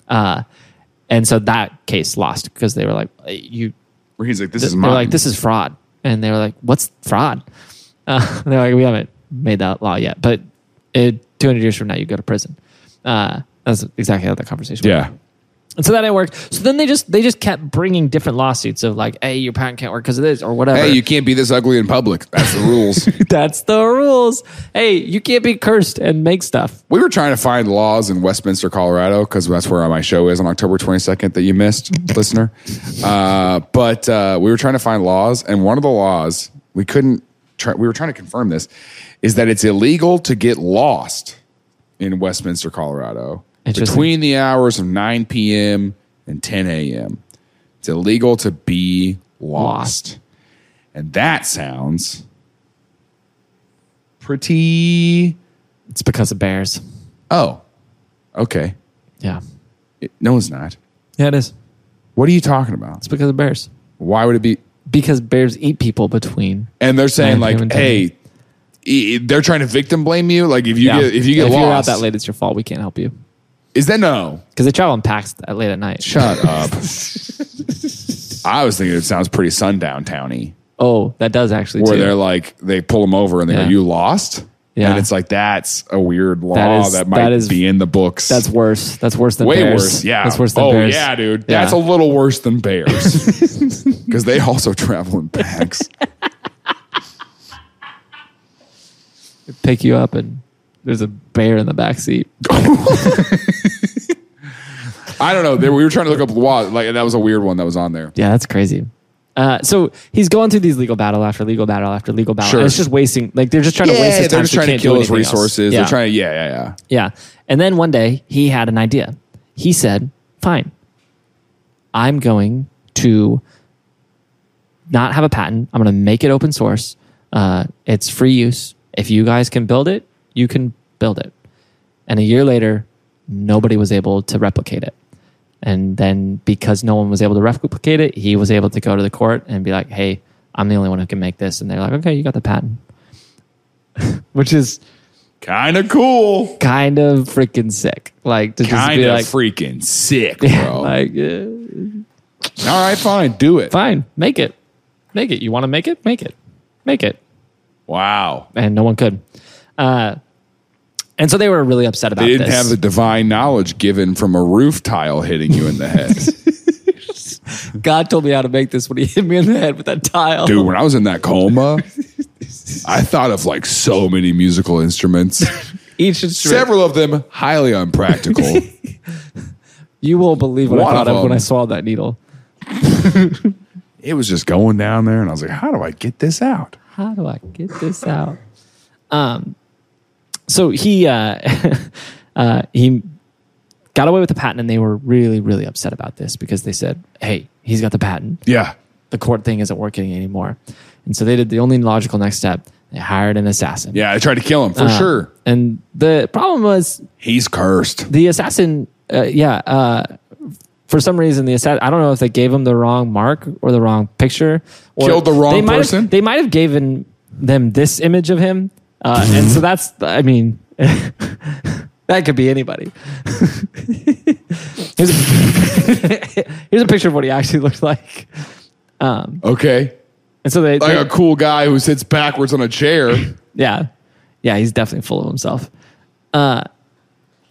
Speaker 3: Uh, and so that case lost because they were like, "Uh, you
Speaker 1: Where he's like, "This is
Speaker 3: they're
Speaker 1: mine."
Speaker 3: like, this is fraud. And they were like, what's fraud? [laughs] Uh, they're like, we haven't made that law yet, but it, 200 years from now, you go to prison. Uh, that's exactly how that conversation went.
Speaker 1: yeah.
Speaker 3: And so that didn't work. So then they just they just kept bringing different lawsuits of like, hey, your patent can't work because of this or whatever.
Speaker 1: Hey, you can't be this ugly in public. That's the [laughs] rules.
Speaker 3: [laughs] That's the rules. Hey, you can't be cursed and make stuff.
Speaker 1: We were trying to find laws in Westminster, Colorado, because that's where my show is on October 22nd that you missed, listener. Uh, but uh, we were trying to find laws, and one of the laws we couldn't. Try, we were trying to confirm this is that it's illegal to get lost in Westminster, Colorado,
Speaker 3: Interesting.
Speaker 1: between the hours of 9 p.m. and 10 a.m. It's illegal to be lost. and that sounds pretty.
Speaker 3: It's because of bears.
Speaker 1: Oh, okay.
Speaker 3: Yeah.
Speaker 1: It- no, it's not.
Speaker 3: Yeah, it is.
Speaker 1: What are you talking about?
Speaker 3: It's because of bears.
Speaker 1: Why would it be?
Speaker 3: Because bears eat people between.
Speaker 1: And they're saying
Speaker 3: Nine PM
Speaker 1: like,
Speaker 3: and
Speaker 1: hey, e- they're trying to victim blame you. Like if you get if you get
Speaker 3: if
Speaker 1: lost,
Speaker 3: you're out that late, it's your fault. We can't help you.
Speaker 1: is that no?
Speaker 3: Because they travel in packs at late at night.
Speaker 1: Shut up. I was thinking it sounds pretty sundown towny,
Speaker 3: Oh, that does actually.
Speaker 1: where
Speaker 3: too.
Speaker 1: they're like they pull them over and they
Speaker 3: Yeah.
Speaker 1: go, "You lost."
Speaker 3: Yeah.
Speaker 1: and it's like that's a weird law that,
Speaker 3: That is-
Speaker 1: might
Speaker 3: that is-
Speaker 1: be in the books.
Speaker 3: That's worse. That's worse than
Speaker 1: way
Speaker 3: bears.
Speaker 1: worse. Yeah,
Speaker 3: that's worse than
Speaker 1: oh,
Speaker 3: bears.
Speaker 1: yeah, dude, that's a little worse than bears
Speaker 3: [laughs]
Speaker 1: [laughs] because they also travel in packs.
Speaker 3: pick you up and there's a bear in the back seat.
Speaker 1: I don't know. They, we were trying to look up law. Like that was a weird one that was on there.
Speaker 3: Yeah, that's crazy. Uh, so he's going through these legal battle after legal battle after legal battle.
Speaker 1: Sure.
Speaker 3: And it's just wasting. Like they're just trying to waste. his time
Speaker 1: they're just
Speaker 3: so he
Speaker 1: trying to
Speaker 3: can't
Speaker 1: kill
Speaker 3: do
Speaker 1: his
Speaker 3: anything else.
Speaker 1: resources.
Speaker 3: Yeah.
Speaker 1: They're trying to. Yeah, yeah, yeah.
Speaker 3: Yeah. And then one day he had an idea. He said, fine, I'm going to not have a patent. I'm going to make it open source. Uh, it's free use. If you guys can build it, you can build it. And a year later, nobody was able to replicate it. And then because no one was able to replicate it, he was able to go to the court and be like, hey, I'm the only one who can make this. And they're like, okay, you got the patent, [laughs] which is
Speaker 1: Kind of cool.
Speaker 3: kind of freaking sick. Like, to just
Speaker 1: Kind
Speaker 3: be
Speaker 1: of
Speaker 3: like,
Speaker 1: freaking sick, bro.
Speaker 3: [laughs] like, eh,
Speaker 1: All right, fine. Do it.
Speaker 3: fine, make it. Make it. You want to make it? Make it. Make it.
Speaker 1: Wow.
Speaker 3: And no one could. Uh, and so they were really upset about
Speaker 1: They didn't
Speaker 3: this.
Speaker 1: have the divine knowledge given from a roof tile hitting you in the
Speaker 3: [laughs]
Speaker 1: head.
Speaker 3: God told me how to make this when he [laughs] hit me in the head with that tile.
Speaker 1: Dude, when I was in that coma, I thought of like so many musical
Speaker 3: [laughs]
Speaker 1: instruments,
Speaker 3: Each instrument.
Speaker 1: several of them highly unpractical.
Speaker 3: [laughs] You won't believe what
Speaker 1: One
Speaker 3: I thought
Speaker 1: of
Speaker 3: of, when
Speaker 1: them.
Speaker 3: I saw that needle.
Speaker 1: it was just going down there, and I was like, how do I get this out?
Speaker 3: How do I get this out? Um, so he uh, [laughs] uh, he got away with the patent, and they were really really upset about this because they said, "Hey, he's got the patent.
Speaker 1: Yeah.
Speaker 3: The court thing isn't working anymore." And so they did the only logical next step. They hired an assassin.
Speaker 1: Yeah, I tried to kill him for
Speaker 3: Uh,
Speaker 1: sure.
Speaker 3: And the problem was
Speaker 1: He's cursed.
Speaker 3: the assassin uh, yeah uh, for some reason the assassin i don't know if they gave him the wrong mark or the wrong picture or
Speaker 1: Killed the wrong
Speaker 3: they might have-
Speaker 1: person?
Speaker 3: they might have given them this image of him uh,
Speaker 1: Mm-hmm.
Speaker 3: and so that's i mean [laughs] that could be anybody [laughs] here's, a, [laughs] here's a picture of what he actually looked like
Speaker 1: Okay.
Speaker 3: and so they,
Speaker 1: Like
Speaker 3: they-
Speaker 1: a cool guy who sits backwards on a chair.
Speaker 3: Yeah. Yeah, he's definitely full of himself. Uh,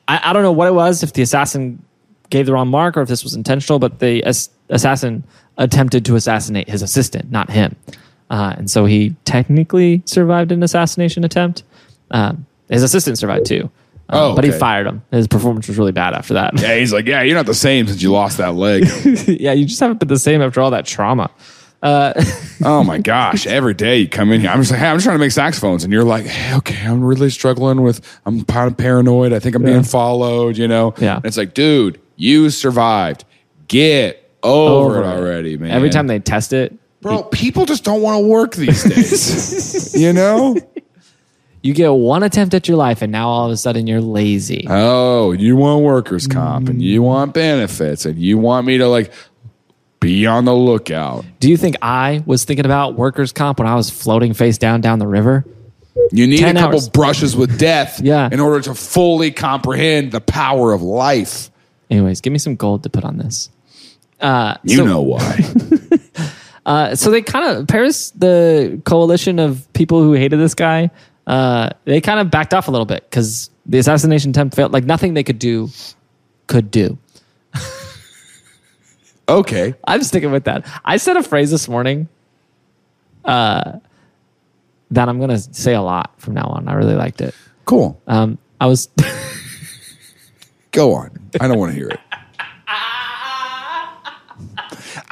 Speaker 3: I, I don't know what it was, if the assassin gave the wrong mark or if this was intentional, but the ass- assassin attempted to assassinate his assistant, not him. Uh, and so he technically survived an assassination attempt. Um, his assistant survived too. Uh,
Speaker 1: Oh,
Speaker 3: But he
Speaker 1: okay.
Speaker 3: fired him. His performance was really bad after that.
Speaker 1: Yeah, he's like, yeah, you're not the same since you lost that [laughs] leg.
Speaker 3: [laughs] yeah, you just haven't been the same after all that trauma.
Speaker 1: oh my gosh, every day you come in here. I'm just like, hey, I'm just trying to make saxophones. And you're like, hey, okay, I'm really struggling with, I'm kind of paranoid. I think I'm being followed, you know?
Speaker 3: Yeah.
Speaker 1: And it's like, dude, you survived. Get over, it
Speaker 3: Over it.
Speaker 1: already, man.
Speaker 3: Every time they test it,
Speaker 1: Bro, people just don't want to work these [laughs] days. you know?
Speaker 3: you get one attempt at your life, and now all of a sudden you're lazy.
Speaker 1: Oh, you want workers' comp and
Speaker 3: Mm-hmm.
Speaker 1: you want benefits and you want me to like be on the lookout.
Speaker 3: Do you think I was thinking about workers' comp when I was floating face down down the river?
Speaker 1: You need a
Speaker 3: 10
Speaker 1: couple
Speaker 3: hours.
Speaker 1: brushes with death
Speaker 3: [laughs] Yeah.
Speaker 1: in order to fully comprehend the power of life.
Speaker 3: Anyways, give me some gold to put on this. Uh,
Speaker 1: You
Speaker 3: so,
Speaker 1: know
Speaker 3: [laughs]
Speaker 1: why.
Speaker 3: uh, so they kind of Paris, the coalition of people who hated this guy, uh, they kind of backed off a little bit because the assassination attempt failed. Like nothing they could do could do.
Speaker 1: okay.
Speaker 3: I'm sticking with that. I said a phrase this morning uh, that I'm gonna say a lot from now on. I really liked it.
Speaker 1: Cool.
Speaker 3: Um, I was. [laughs]
Speaker 1: Go on. I don't want to hear it.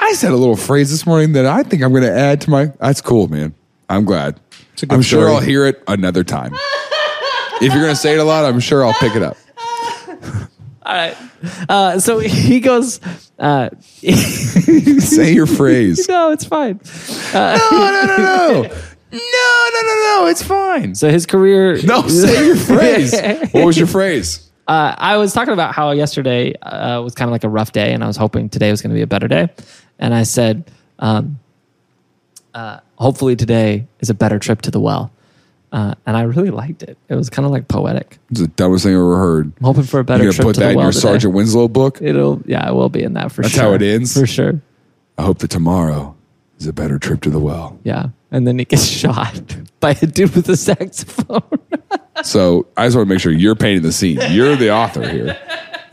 Speaker 1: I said a little phrase this morning that I think I'm going to add to my. That's cool, man. I'm glad.
Speaker 6: good
Speaker 1: I'm sure
Speaker 6: story.
Speaker 1: I'll hear it another time. if you're going to say it a lot, I'm sure I'll pick it up.
Speaker 3: Uh, so he goes. Uh, [laughs]
Speaker 1: Say your [laughs] phrase.
Speaker 3: no, it's fine.
Speaker 1: No, no, no, [laughs] no. No, no, no, no. It's fine.
Speaker 3: So his career.
Speaker 1: [laughs] No, say your [laughs] phrase. What was your phrase?
Speaker 3: Uh, I was talking about how yesterday uh, was kind of like a rough day, and I was hoping today was going to be a better day. And I said, um, uh, hopefully today is a better trip to the well. Uh, and I really liked it. It was kind of like poetic.
Speaker 1: It's the dumbest thing I've ever heard.
Speaker 3: I'm hoping for a better
Speaker 1: You're
Speaker 3: trip
Speaker 1: gonna put
Speaker 3: to
Speaker 1: that
Speaker 3: the
Speaker 1: in
Speaker 3: well.
Speaker 1: your
Speaker 3: today.
Speaker 1: Sergeant Winslow book.
Speaker 3: It'll, yeah, it will be in that for
Speaker 1: That's
Speaker 3: sure.
Speaker 1: how it ends?
Speaker 3: For sure.
Speaker 1: I hope that tomorrow is a better trip to the well.
Speaker 3: Yeah. And then he gets [laughs] shot by a dude with
Speaker 1: [laughs]
Speaker 3: a saxophone.
Speaker 1: So I just want to make sure you're painting the scene. You're the author here.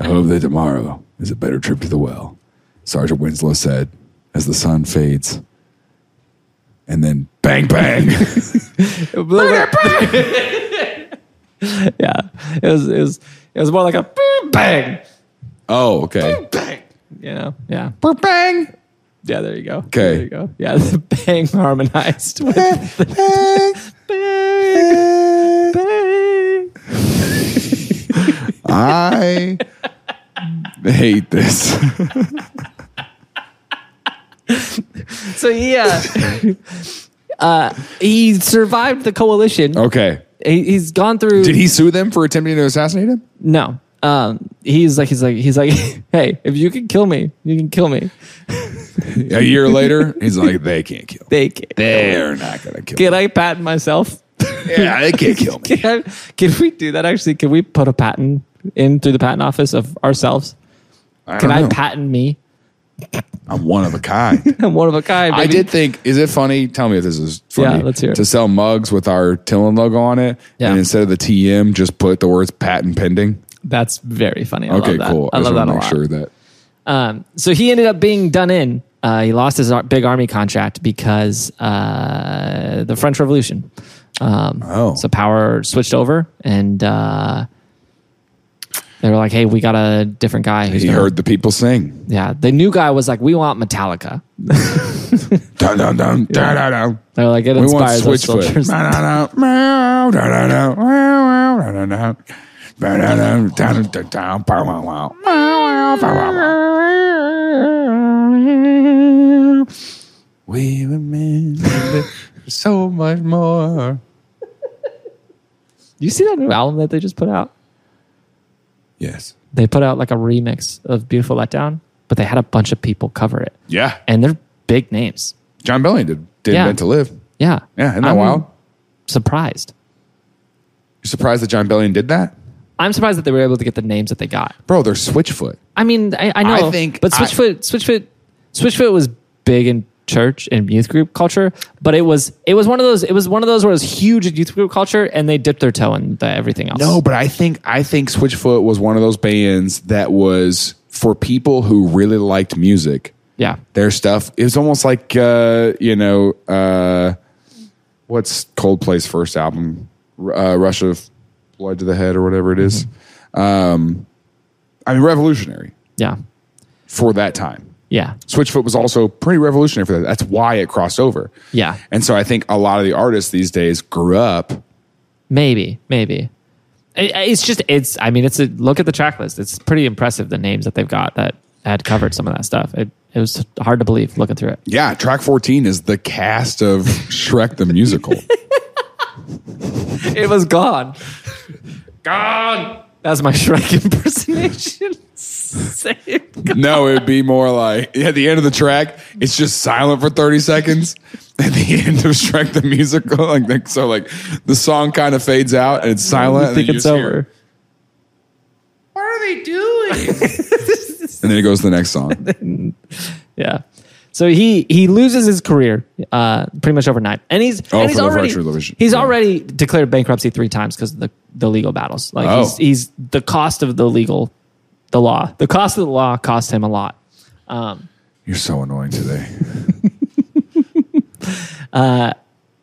Speaker 1: I hope that tomorrow is a better trip to the well. Sergeant Winslow said as the sun fades. And then bang bang. [laughs]
Speaker 3: [laughs] yeah. It was, it was, it was more like a [laughs] bang,
Speaker 1: oh, okay.
Speaker 3: you know? Yeah.
Speaker 1: Bang.
Speaker 3: Yeah, there you go.
Speaker 1: Okay.
Speaker 3: There you go. Yeah, [laughs] the bang harmonized with bang, bang.
Speaker 1: I hate this.
Speaker 3: [laughs] So yeah. uh he survived the coalition
Speaker 1: Okay.
Speaker 3: He, he's gone through.
Speaker 1: Oh. Did he sue them for attempting to assassinate him?
Speaker 3: No. Um, he's like, he's like, he's like, [laughs] hey, if you can kill me, you can kill me.
Speaker 1: A year later, he's [laughs] like, they can't kill. Me.
Speaker 3: They can.
Speaker 1: They're not gonna kill.
Speaker 3: Can I patent myself?
Speaker 1: me. Yeah, they can't
Speaker 3: [laughs]
Speaker 1: kill me.
Speaker 3: Can, I- can we do that? Actually, can we put a patent in through the patent office of ourselves?
Speaker 1: I
Speaker 3: Can
Speaker 1: don't
Speaker 3: I
Speaker 1: know.
Speaker 3: patent me? [laughs]
Speaker 1: I'm one of a kind.
Speaker 3: I'm one of a kind.
Speaker 1: I
Speaker 3: baby.
Speaker 1: did think, is it funny? Tell me if this is funny.
Speaker 3: Yeah, let's hear it.
Speaker 1: To sell mugs with our Tillin logo on it,
Speaker 3: Yeah.
Speaker 1: and instead of the TM, just put the words patent pending.
Speaker 3: That's very funny. I
Speaker 1: okay,
Speaker 3: love that.
Speaker 1: cool.
Speaker 3: I
Speaker 1: just
Speaker 3: love that
Speaker 1: wanna
Speaker 3: a
Speaker 1: make
Speaker 3: lot.
Speaker 1: sure that
Speaker 3: Um, so he ended up being done in. Uh, he lost his ar- big army contract because uh, the French Revolution. Um,
Speaker 1: Oh.
Speaker 3: So power switched over, and uh, they were like, "Hey, we got a different guy." Who's
Speaker 1: he
Speaker 3: gonna-"
Speaker 1: heard the people sing.
Speaker 3: Yeah, the new guy was like, "We want Metallica."
Speaker 1: Dun, dun, dun, dun, dun, dun.
Speaker 3: They're like, "It
Speaker 1: We want
Speaker 3: inspires us [laughs] soldiers."
Speaker 1: Switchfoot. We remember so much more.
Speaker 3: You see that new album that they just put out?
Speaker 1: Yes.
Speaker 3: They put out like a remix of "Beautiful Letdown," but they had a bunch of people cover it,
Speaker 1: Yeah.
Speaker 3: and they're big names.
Speaker 1: John Bellion did, did
Speaker 3: Yeah.
Speaker 1: Meant to Live.
Speaker 3: Yeah,
Speaker 1: Yeah, isn't that
Speaker 3: I'm
Speaker 1: wild?
Speaker 3: Surprised.
Speaker 1: You're surprised that John Bellion did that?
Speaker 3: I'm surprised that they were able to get the names that they got.
Speaker 1: Bro, they're Switchfoot.
Speaker 3: I mean, I, I know,
Speaker 1: I think
Speaker 3: but
Speaker 1: I-
Speaker 3: Switchfoot, Switchfoot, Switchfoot was big in church and youth group culture, but it was it was one of those it was one of those where it was huge in youth group culture and they dipped their toe in the everything else.
Speaker 1: No, but I think I think Switchfoot was one of those bands that was for people who really liked music.
Speaker 3: yeah,
Speaker 1: Their stuff it was almost like uh, you know uh, what's Coldplay's first album, R- uh, Rush of Blood to the Head or whatever it is. Um, I mean, revolutionary
Speaker 3: yeah,
Speaker 1: for that time.
Speaker 3: yeah,
Speaker 1: Switchfoot was also pretty revolutionary for that. That's why it crossed over.
Speaker 3: yeah.
Speaker 1: And so I think a lot of the artists these days grew up.
Speaker 3: Maybe, maybe. I- I- It's just it's. I mean, it's a look at the track list. It's pretty impressive the names that they've got that had covered some of that stuff. It it was hard to believe looking through it.
Speaker 1: Yeah, track 14 is the cast of [laughs] Shrek the Musical.
Speaker 3: It was gone. Gone. That's my Shrek [laughs] impersonation. [laughs] Same.
Speaker 1: no, it would be more like at the end of the track, it's just silent for 30 seconds. At the end of Shrek the Musical, like that- so like the song kind of fades out and it's silent.
Speaker 3: I
Speaker 1: and then
Speaker 3: think
Speaker 1: you
Speaker 3: it's
Speaker 1: just hear-
Speaker 3: over.
Speaker 1: and then it goes to the next
Speaker 3: [laughs]
Speaker 1: song.
Speaker 3: Yeah. So he he loses his career uh, pretty much overnight, and he's
Speaker 1: Oh,
Speaker 3: and he's
Speaker 1: for the
Speaker 3: already
Speaker 1: French Revolution.
Speaker 3: he's
Speaker 1: Yeah.
Speaker 3: already declared bankruptcy three times because of the the legal battles. Like
Speaker 1: Oh.
Speaker 3: he's, he's the cost of the legal, the law. The cost of the law cost him a lot.
Speaker 1: You're so annoying today.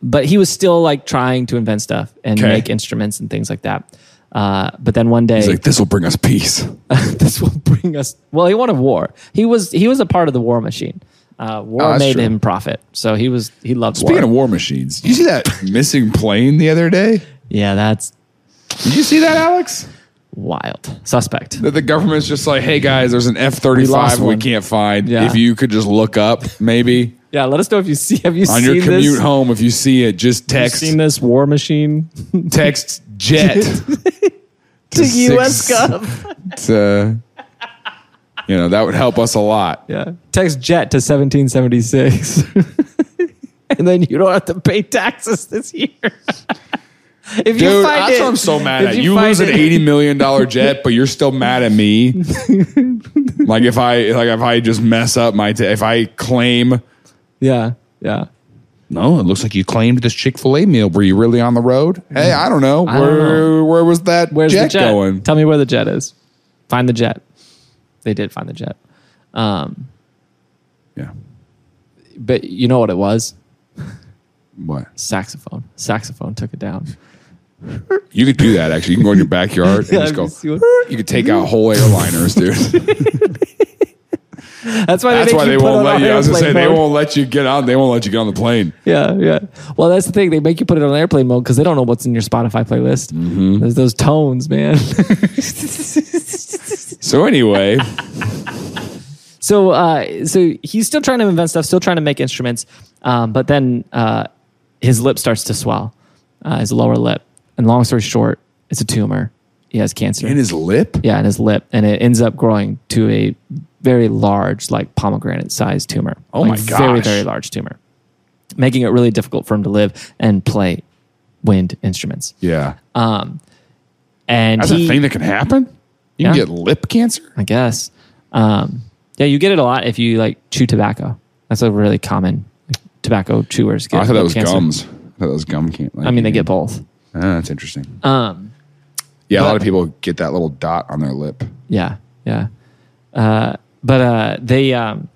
Speaker 3: but he was still like trying to invent stuff and
Speaker 1: Okay.
Speaker 3: make instruments and things like that. Uh, but then one day,
Speaker 1: It's like this will bring us peace.
Speaker 3: [laughs] this will bring us. Well, he won a war. He was he was a part of the war machine. Uh,
Speaker 1: Oh,
Speaker 3: war
Speaker 1: that's
Speaker 3: made
Speaker 1: true.
Speaker 3: him profit, so he was he loved
Speaker 1: Speaking
Speaker 3: war.
Speaker 1: of war machines, you see that [laughs] missing plane the other day?
Speaker 3: yeah, that's
Speaker 1: Did you see that, Alex?
Speaker 3: wild. Suspect.
Speaker 1: that the government's just like, hey guys, there's an F thirty
Speaker 3: lost
Speaker 1: five we
Speaker 3: one.
Speaker 1: can't find.
Speaker 3: Yeah.
Speaker 1: If you could just look up, maybe
Speaker 3: Yeah, let us know if you see. Have you
Speaker 1: on
Speaker 3: seen
Speaker 1: your commute
Speaker 3: this?
Speaker 1: home, if you see it, just
Speaker 3: Have you
Speaker 1: text
Speaker 3: seen this
Speaker 1: [laughs]
Speaker 3: war machine
Speaker 1: text jet
Speaker 3: [laughs] to U.S.
Speaker 1: six-
Speaker 3: Gov.
Speaker 1: to, you know that would help us a lot.
Speaker 3: [laughs] Yeah, text jet to seventeen seventy six, [laughs] and then you don't have to pay taxes this year. [laughs] if you
Speaker 1: Dude,
Speaker 3: find
Speaker 1: that's
Speaker 3: it,
Speaker 1: what I'm so mad
Speaker 3: if
Speaker 1: at. You
Speaker 3: find
Speaker 1: lose an
Speaker 3: it-
Speaker 1: eighty million dollar jet, but you're still mad at me. like if I like if I just mess up my t- if I claim
Speaker 3: [laughs] Yeah, yeah.
Speaker 1: No, it looks like you claimed this Chick Fil A meal. Were you really on the road? Hey, I don't know.
Speaker 3: don't
Speaker 1: where where was that
Speaker 3: Where's
Speaker 1: jet,
Speaker 3: the jet?
Speaker 1: going?
Speaker 3: Tell me where the jet is. Find the jet. They did find the jet. Um,
Speaker 1: Yeah.
Speaker 3: but you know what it was?
Speaker 1: What?
Speaker 3: Saxophone. Saxophone took it
Speaker 1: [laughs]
Speaker 3: down.
Speaker 1: You could do that actually. You can go in your backyard
Speaker 3: [laughs] Yeah,
Speaker 1: and
Speaker 3: you
Speaker 1: just
Speaker 3: see
Speaker 1: go.
Speaker 3: what-
Speaker 1: You could take out whole airliners,
Speaker 3: [laughs]
Speaker 1: dude.
Speaker 3: That's why they,
Speaker 1: That's
Speaker 3: make
Speaker 1: why
Speaker 3: you
Speaker 1: they
Speaker 3: put it
Speaker 1: won't let
Speaker 3: on
Speaker 1: you. I was gonna say
Speaker 3: airplane
Speaker 1: they
Speaker 3: mode.
Speaker 1: won't let you get on. They won't let you get on the plane.
Speaker 3: Yeah, yeah. Well, that's the thing. They make you put it on airplane mode because they don't know what's in your Spotify playlist.
Speaker 1: Mm-hmm.
Speaker 3: There's those tones, man. [laughs]
Speaker 1: So anyway,
Speaker 3: so, uh, so he's still trying to invent stuff, still trying to make instruments, um, but then uh, his lip starts to swell, uh, his lower lip, And long story short, it's a tumor. He has cancer.
Speaker 1: In his lip?
Speaker 3: yeah, in his lip, and it ends up growing to a very large, like pomegranate sized tumor. Oh
Speaker 1: my
Speaker 3: god! Very,
Speaker 1: gosh.
Speaker 3: very large tumor, making it really difficult for him to live and play wind instruments. Um,
Speaker 1: Yeah.
Speaker 3: And
Speaker 1: That's
Speaker 3: he,
Speaker 1: a thing that can happen? You
Speaker 3: Yeah.
Speaker 1: can get lip cancer?
Speaker 3: I guess, um, yeah, you get it a lot if you like chew tobacco. That's a really common like, tobacco chewers get.
Speaker 1: I thought
Speaker 3: lip
Speaker 1: that was
Speaker 3: cancer.
Speaker 1: gums. I thought that was gum cancer.
Speaker 3: I mean, they get Uh, both.
Speaker 1: that's interesting. Um, yeah, a lot of people get that little dot on their
Speaker 3: [laughs]
Speaker 1: lip.
Speaker 3: Yeah, yeah. Uh, but uh, they, um,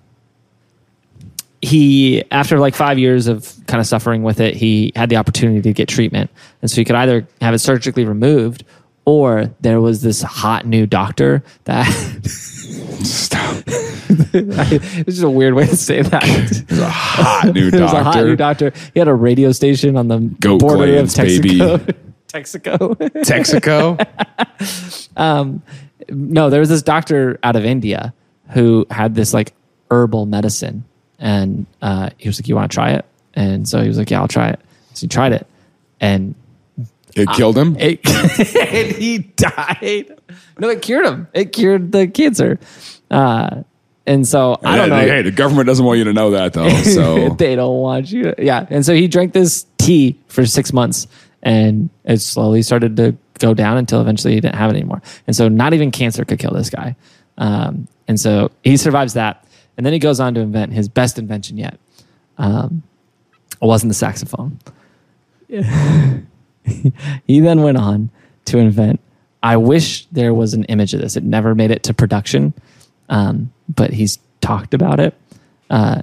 Speaker 3: he, after like five years of kind of suffering with it, he had the opportunity to get treatment, and so he could either have it surgically removed, or there was this hot new doctor that [laughs]
Speaker 1: Stop.
Speaker 3: it's just a weird way to say that.
Speaker 1: There's a hot
Speaker 3: [laughs]
Speaker 1: new
Speaker 3: There's a hot
Speaker 1: doctor.
Speaker 3: new doctor. He had a radio station on the
Speaker 1: Goat
Speaker 3: border
Speaker 1: glands,
Speaker 3: of
Speaker 1: baby.
Speaker 3: Texaco. [laughs] Texaco. [laughs]
Speaker 1: Texaco.
Speaker 3: no, there was this doctor out of India who had this like herbal medicine, and uh, he was like, "You want to try it?" And so he was like, "Yeah, I'll try it." So he tried it, and [laughs]
Speaker 1: it killed him.
Speaker 3: it and he died. No, it cured him. It cured the cancer. Uh, and so I don't
Speaker 1: Hey,
Speaker 3: know.
Speaker 1: Hey, the government doesn't want you to know that
Speaker 3: [laughs]
Speaker 1: though. So
Speaker 3: they don't want you. To, yeah. And so he drank this tea for six months and it slowly started to go down until eventually he didn't have it anymore. And so not even cancer could kill this guy. Um, and so he survives that. And then he goes on to invent his best invention yet. Um, it wasn't the saxophone. he then went on to invent. I wish there was an image of this. It never made it to production, um, but he's talked about it. Uh,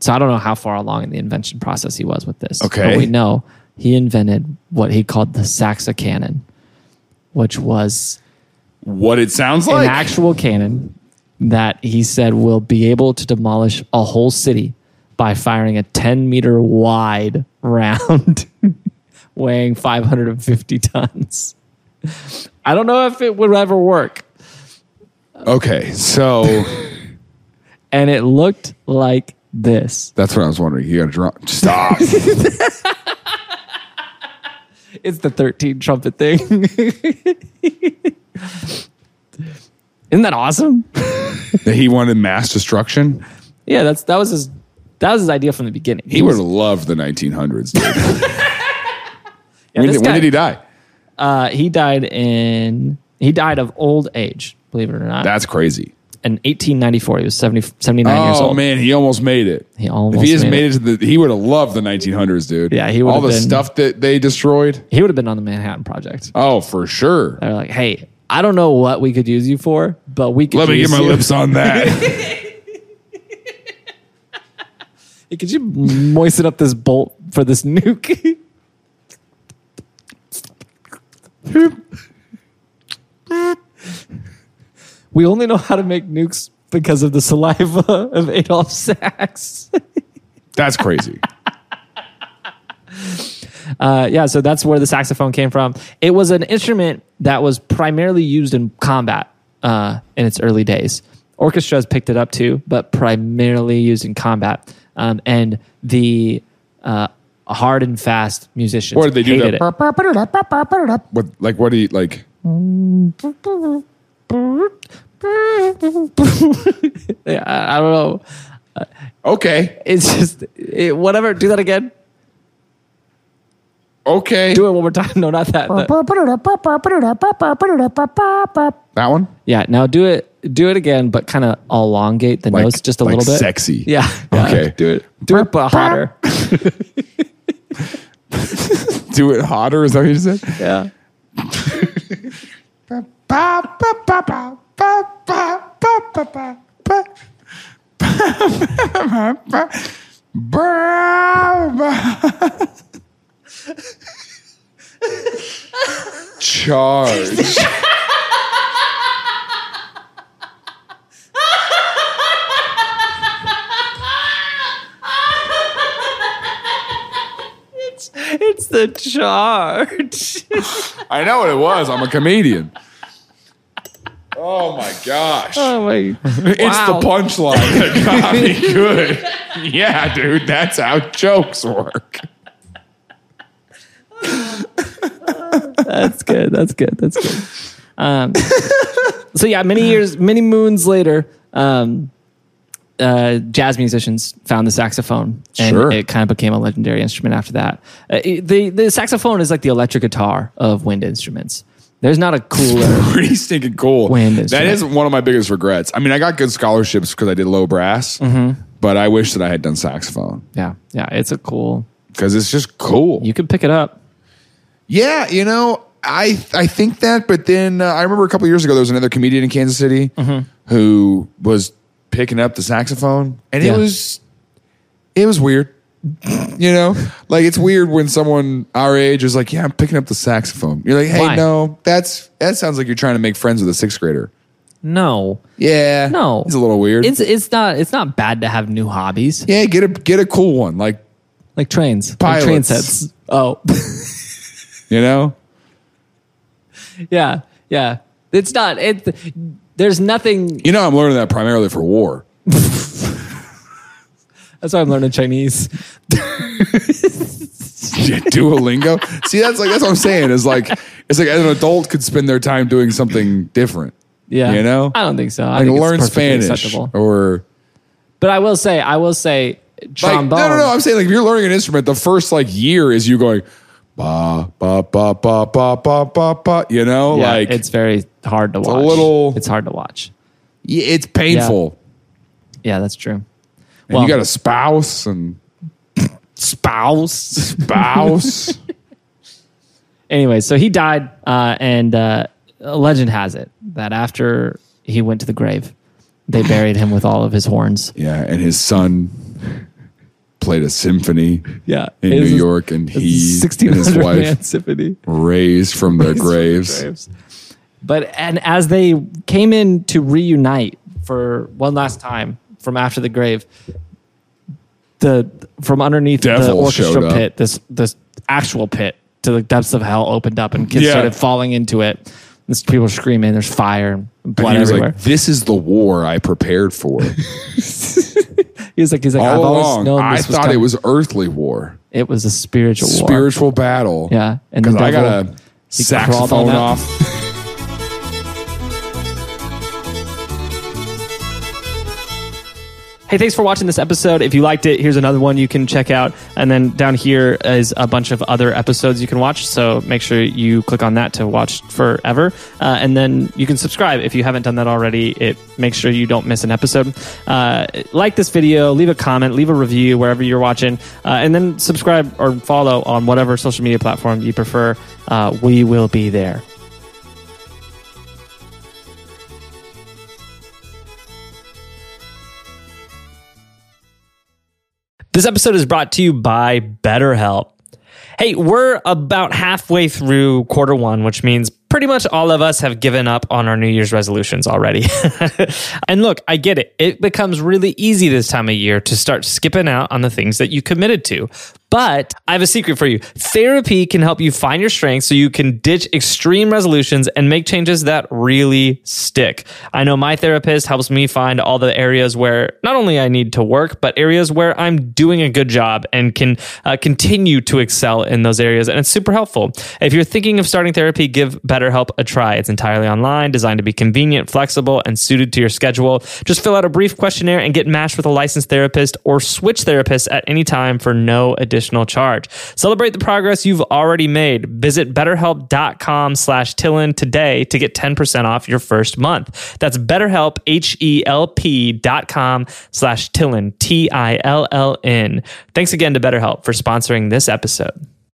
Speaker 3: so I don't know how far along in the invention process he was with this.
Speaker 1: Okay.
Speaker 3: But we know he invented what he called the Saxa cannon, which was
Speaker 1: what it sounds
Speaker 3: an
Speaker 1: like.
Speaker 3: actual cannon that he said will be able to demolish a whole city by firing a 10 meter wide round [laughs] weighing 550 tons. I don't know if it would ever work.
Speaker 1: okay, so
Speaker 3: And it looked like this.
Speaker 1: that's what I was wondering. You got to drop.
Speaker 3: [laughs]
Speaker 1: Stop.
Speaker 3: It's the 13 trumpet thing. [laughs] Isn't that awesome?
Speaker 1: that he wanted mass destruction.
Speaker 3: Yeah, that's that was his that was his idea from the beginning.
Speaker 1: He would have loved the 1900s. [laughs] Dude.
Speaker 3: Yeah,
Speaker 1: when,
Speaker 3: this
Speaker 1: did, when
Speaker 3: guy-
Speaker 1: did he die?
Speaker 3: Uh, he died in he died of old age, believe it or not.
Speaker 1: That's crazy.
Speaker 3: in 1894, he was 70, 79 years
Speaker 1: Oh
Speaker 3: old.
Speaker 1: man, he almost made it.
Speaker 3: He almost
Speaker 1: if he just
Speaker 3: made
Speaker 1: made it. to the, he would have loved the 1900s, dude.
Speaker 3: Yeah, he would
Speaker 1: all
Speaker 3: have
Speaker 1: the
Speaker 3: been-
Speaker 1: stuff that they destroyed.
Speaker 3: He would have been on the Manhattan Project.
Speaker 1: Oh, for sure.
Speaker 3: They're like, hey, I don't know what we could use you for, but we could.
Speaker 1: Let me
Speaker 3: use
Speaker 1: get my
Speaker 3: you. [laughs]
Speaker 1: lips on that.
Speaker 3: Hey, Could you moisten up this bolt for this nuke? [laughs] we only know how to make nukes because of the saliva [laughs] of Adolf Sachs.
Speaker 1: That's crazy.
Speaker 3: Uh, yeah, so that's where the saxophone came from. It was an instrument that was primarily used in combat uh, in its early days. Orchestras picked it up too, but primarily used in combat. Um, and the uh, hard and fast musicians
Speaker 1: Or did they do
Speaker 3: hated it.
Speaker 1: that? What, like what do you like?
Speaker 3: [laughs] Yeah, I, I don't know.
Speaker 1: Okay,
Speaker 3: It's just it, whatever. Do that again.
Speaker 1: okay.
Speaker 3: Do it one more time. [laughs] No, not that. that-
Speaker 1: That one
Speaker 3: Yeah, now do it. Do it again, but kind of elongate the
Speaker 1: Like-
Speaker 3: notes just a
Speaker 1: like
Speaker 3: little bit.
Speaker 1: Sexy.
Speaker 3: Yeah.
Speaker 1: Okay. Do it.
Speaker 3: [laughs] Do it, but
Speaker 1: [laughs]
Speaker 3: hotter.
Speaker 1: Do it hotter. Is that what you said?
Speaker 3: Yeah.
Speaker 1: Charge.
Speaker 3: It's the charge.
Speaker 1: I know what it was. I'm a comedian. Oh my gosh. [laughs]
Speaker 3: Oh my!
Speaker 1: It's the punchline that got me good. Yeah, dude, that's how jokes work.
Speaker 3: That's good. That's good. That's good.
Speaker 1: [laughs]
Speaker 3: Um, so yeah, many years, many moons later, um, uh, jazz musicians found the saxophone, and
Speaker 1: Sure.
Speaker 3: it kind of became a legendary instrument after that. Uh, it- the the saxophone is like the electric guitar of wind instruments. There's not a
Speaker 1: [laughs]
Speaker 3: cooler.
Speaker 1: pretty stinking cool.
Speaker 3: Wind
Speaker 1: that
Speaker 3: instrument.
Speaker 1: is one of my biggest regrets. I mean, I got good scholarships because I did low brass, but I wish that I had done saxophone
Speaker 3: yeah, yeah, it's a cool.
Speaker 1: because it's just cool.
Speaker 3: You can pick it up.
Speaker 1: yeah, you know, I I think that, but then uh, I remember a couple years ago there was another comedian in Kansas City who was picking up the saxophone, and
Speaker 3: Yeah.
Speaker 1: it was it was weird. you know, like it's weird when someone our age is like, "Yeah, I'm picking up the saxophone." You're like, "Hey,
Speaker 3: Why?
Speaker 1: no, that's that sounds like you're trying to make friends with a sixth grader."
Speaker 3: No,
Speaker 1: Yeah,
Speaker 3: no,
Speaker 1: it's a little weird.
Speaker 3: It's it's not it's not bad to have new hobbies
Speaker 1: Yeah, get a get a cool one, like
Speaker 3: like trains, like train
Speaker 1: Pilots.
Speaker 3: sets. Oh. [laughs]
Speaker 1: you know.
Speaker 3: Yeah, yeah. It's not. It. There's nothing.
Speaker 1: You know, I'm learning that primarily for war.
Speaker 3: That's why I'm learning Chinese.
Speaker 1: [laughs] Duolingo. See, that's like that's what I'm saying. Is like it's like an adult could spend their time doing something different.
Speaker 3: Yeah,
Speaker 1: You know?
Speaker 3: I don't think so. I
Speaker 1: Like
Speaker 3: think it's
Speaker 1: learn
Speaker 3: perfectly
Speaker 1: Spanish
Speaker 3: acceptable.
Speaker 1: or
Speaker 3: But I will say, I will say,
Speaker 1: like
Speaker 3: trombone.
Speaker 1: no, no, no. I'm saying like if you're learning an instrument, the first like year is you going ba ba ba ba ba ba ba ba. You know,
Speaker 3: Yeah,
Speaker 1: like
Speaker 3: it's
Speaker 1: it's
Speaker 3: very hard to
Speaker 1: a
Speaker 3: watch.
Speaker 1: little-
Speaker 3: It's hard to watch.
Speaker 1: it's painful.
Speaker 3: Yeah, that's true.
Speaker 1: And
Speaker 3: Well-
Speaker 1: you got a spouse and
Speaker 3: Spouse.
Speaker 1: spouse.
Speaker 3: [laughs] anyway, so he died, uh, and uh, a legend has it that after he went to the grave, they buried him with all of his horns.
Speaker 1: yeah, and his son played a symphony.
Speaker 3: Yeah,
Speaker 1: in New York, and
Speaker 3: [laughs]
Speaker 1: he and his wife
Speaker 3: symphony.
Speaker 1: raised from their graves.
Speaker 3: But and as they came in to reunite for one last time from after the grave, the from underneath the
Speaker 1: Devil showed
Speaker 3: orchestra
Speaker 1: up.
Speaker 3: pit, this this actual pit to the depths of hell opened up, and kids
Speaker 1: Yeah.
Speaker 3: started falling into it. And s- people were screaming. There's fire and
Speaker 1: And
Speaker 3: blood
Speaker 1: he was
Speaker 3: everywhere.
Speaker 1: like, "This is the war I prepared
Speaker 3: [laughs]
Speaker 1: for
Speaker 3: he was like, he's like, I've
Speaker 1: all
Speaker 3: always
Speaker 1: along.
Speaker 3: known.
Speaker 1: I
Speaker 3: this was
Speaker 1: thought it
Speaker 3: coming."
Speaker 1: was earthly war,
Speaker 3: It was a spiritual war.
Speaker 1: spiritual battle.
Speaker 3: Yeah, and the
Speaker 1: because I got
Speaker 3: devil-
Speaker 1: a
Speaker 3: he crawled on
Speaker 1: saxophone
Speaker 3: out.
Speaker 1: off.
Speaker 2: Hey, thanks for watching this episode. If you liked it, here's another one you can check out. And then down here is a bunch of other episodes you can watch. So make sure you click on that to watch forever. Uh, and then you can subscribe if you haven't done that already. It makes sure you don't miss an episode. Uh, like this video, leave a comment, leave a review wherever you're watching, uh, and then subscribe or follow on whatever social media platform you prefer. Uh, we will be there. [laughs] This episode is brought to you by BetterHelp. Hey, we're about halfway through quarter one, which means pretty much all of us have given up on our New Year's resolutions already. [laughs] and look, I get it. It becomes really easy this time of year to start skipping out on the things that you committed to. But I have a secret for you therapy can help you find your strengths so you can ditch extreme resolutions and make changes that really stick. I know my therapist helps me find all the areas where not only I need to work, but areas where I'm doing a good job and can uh, continue to excel in those areas. And it's super helpful. If you're thinking of starting therapy, give BetterHelp a try. It's entirely online, designed to be convenient, flexible, and suited to your schedule. Just fill out a brief questionnaire and get matched with a licensed therapist or switch therapists at any time for no additional charge. Celebrate the progress you've already made. Visit betterhelp.com slash Tillin today to get 10% off your first month. That's betterhelp, H-E-L-P dot com slash Tillin, T-I-L-L-N. Thanks again to BetterHelp for sponsoring this episode.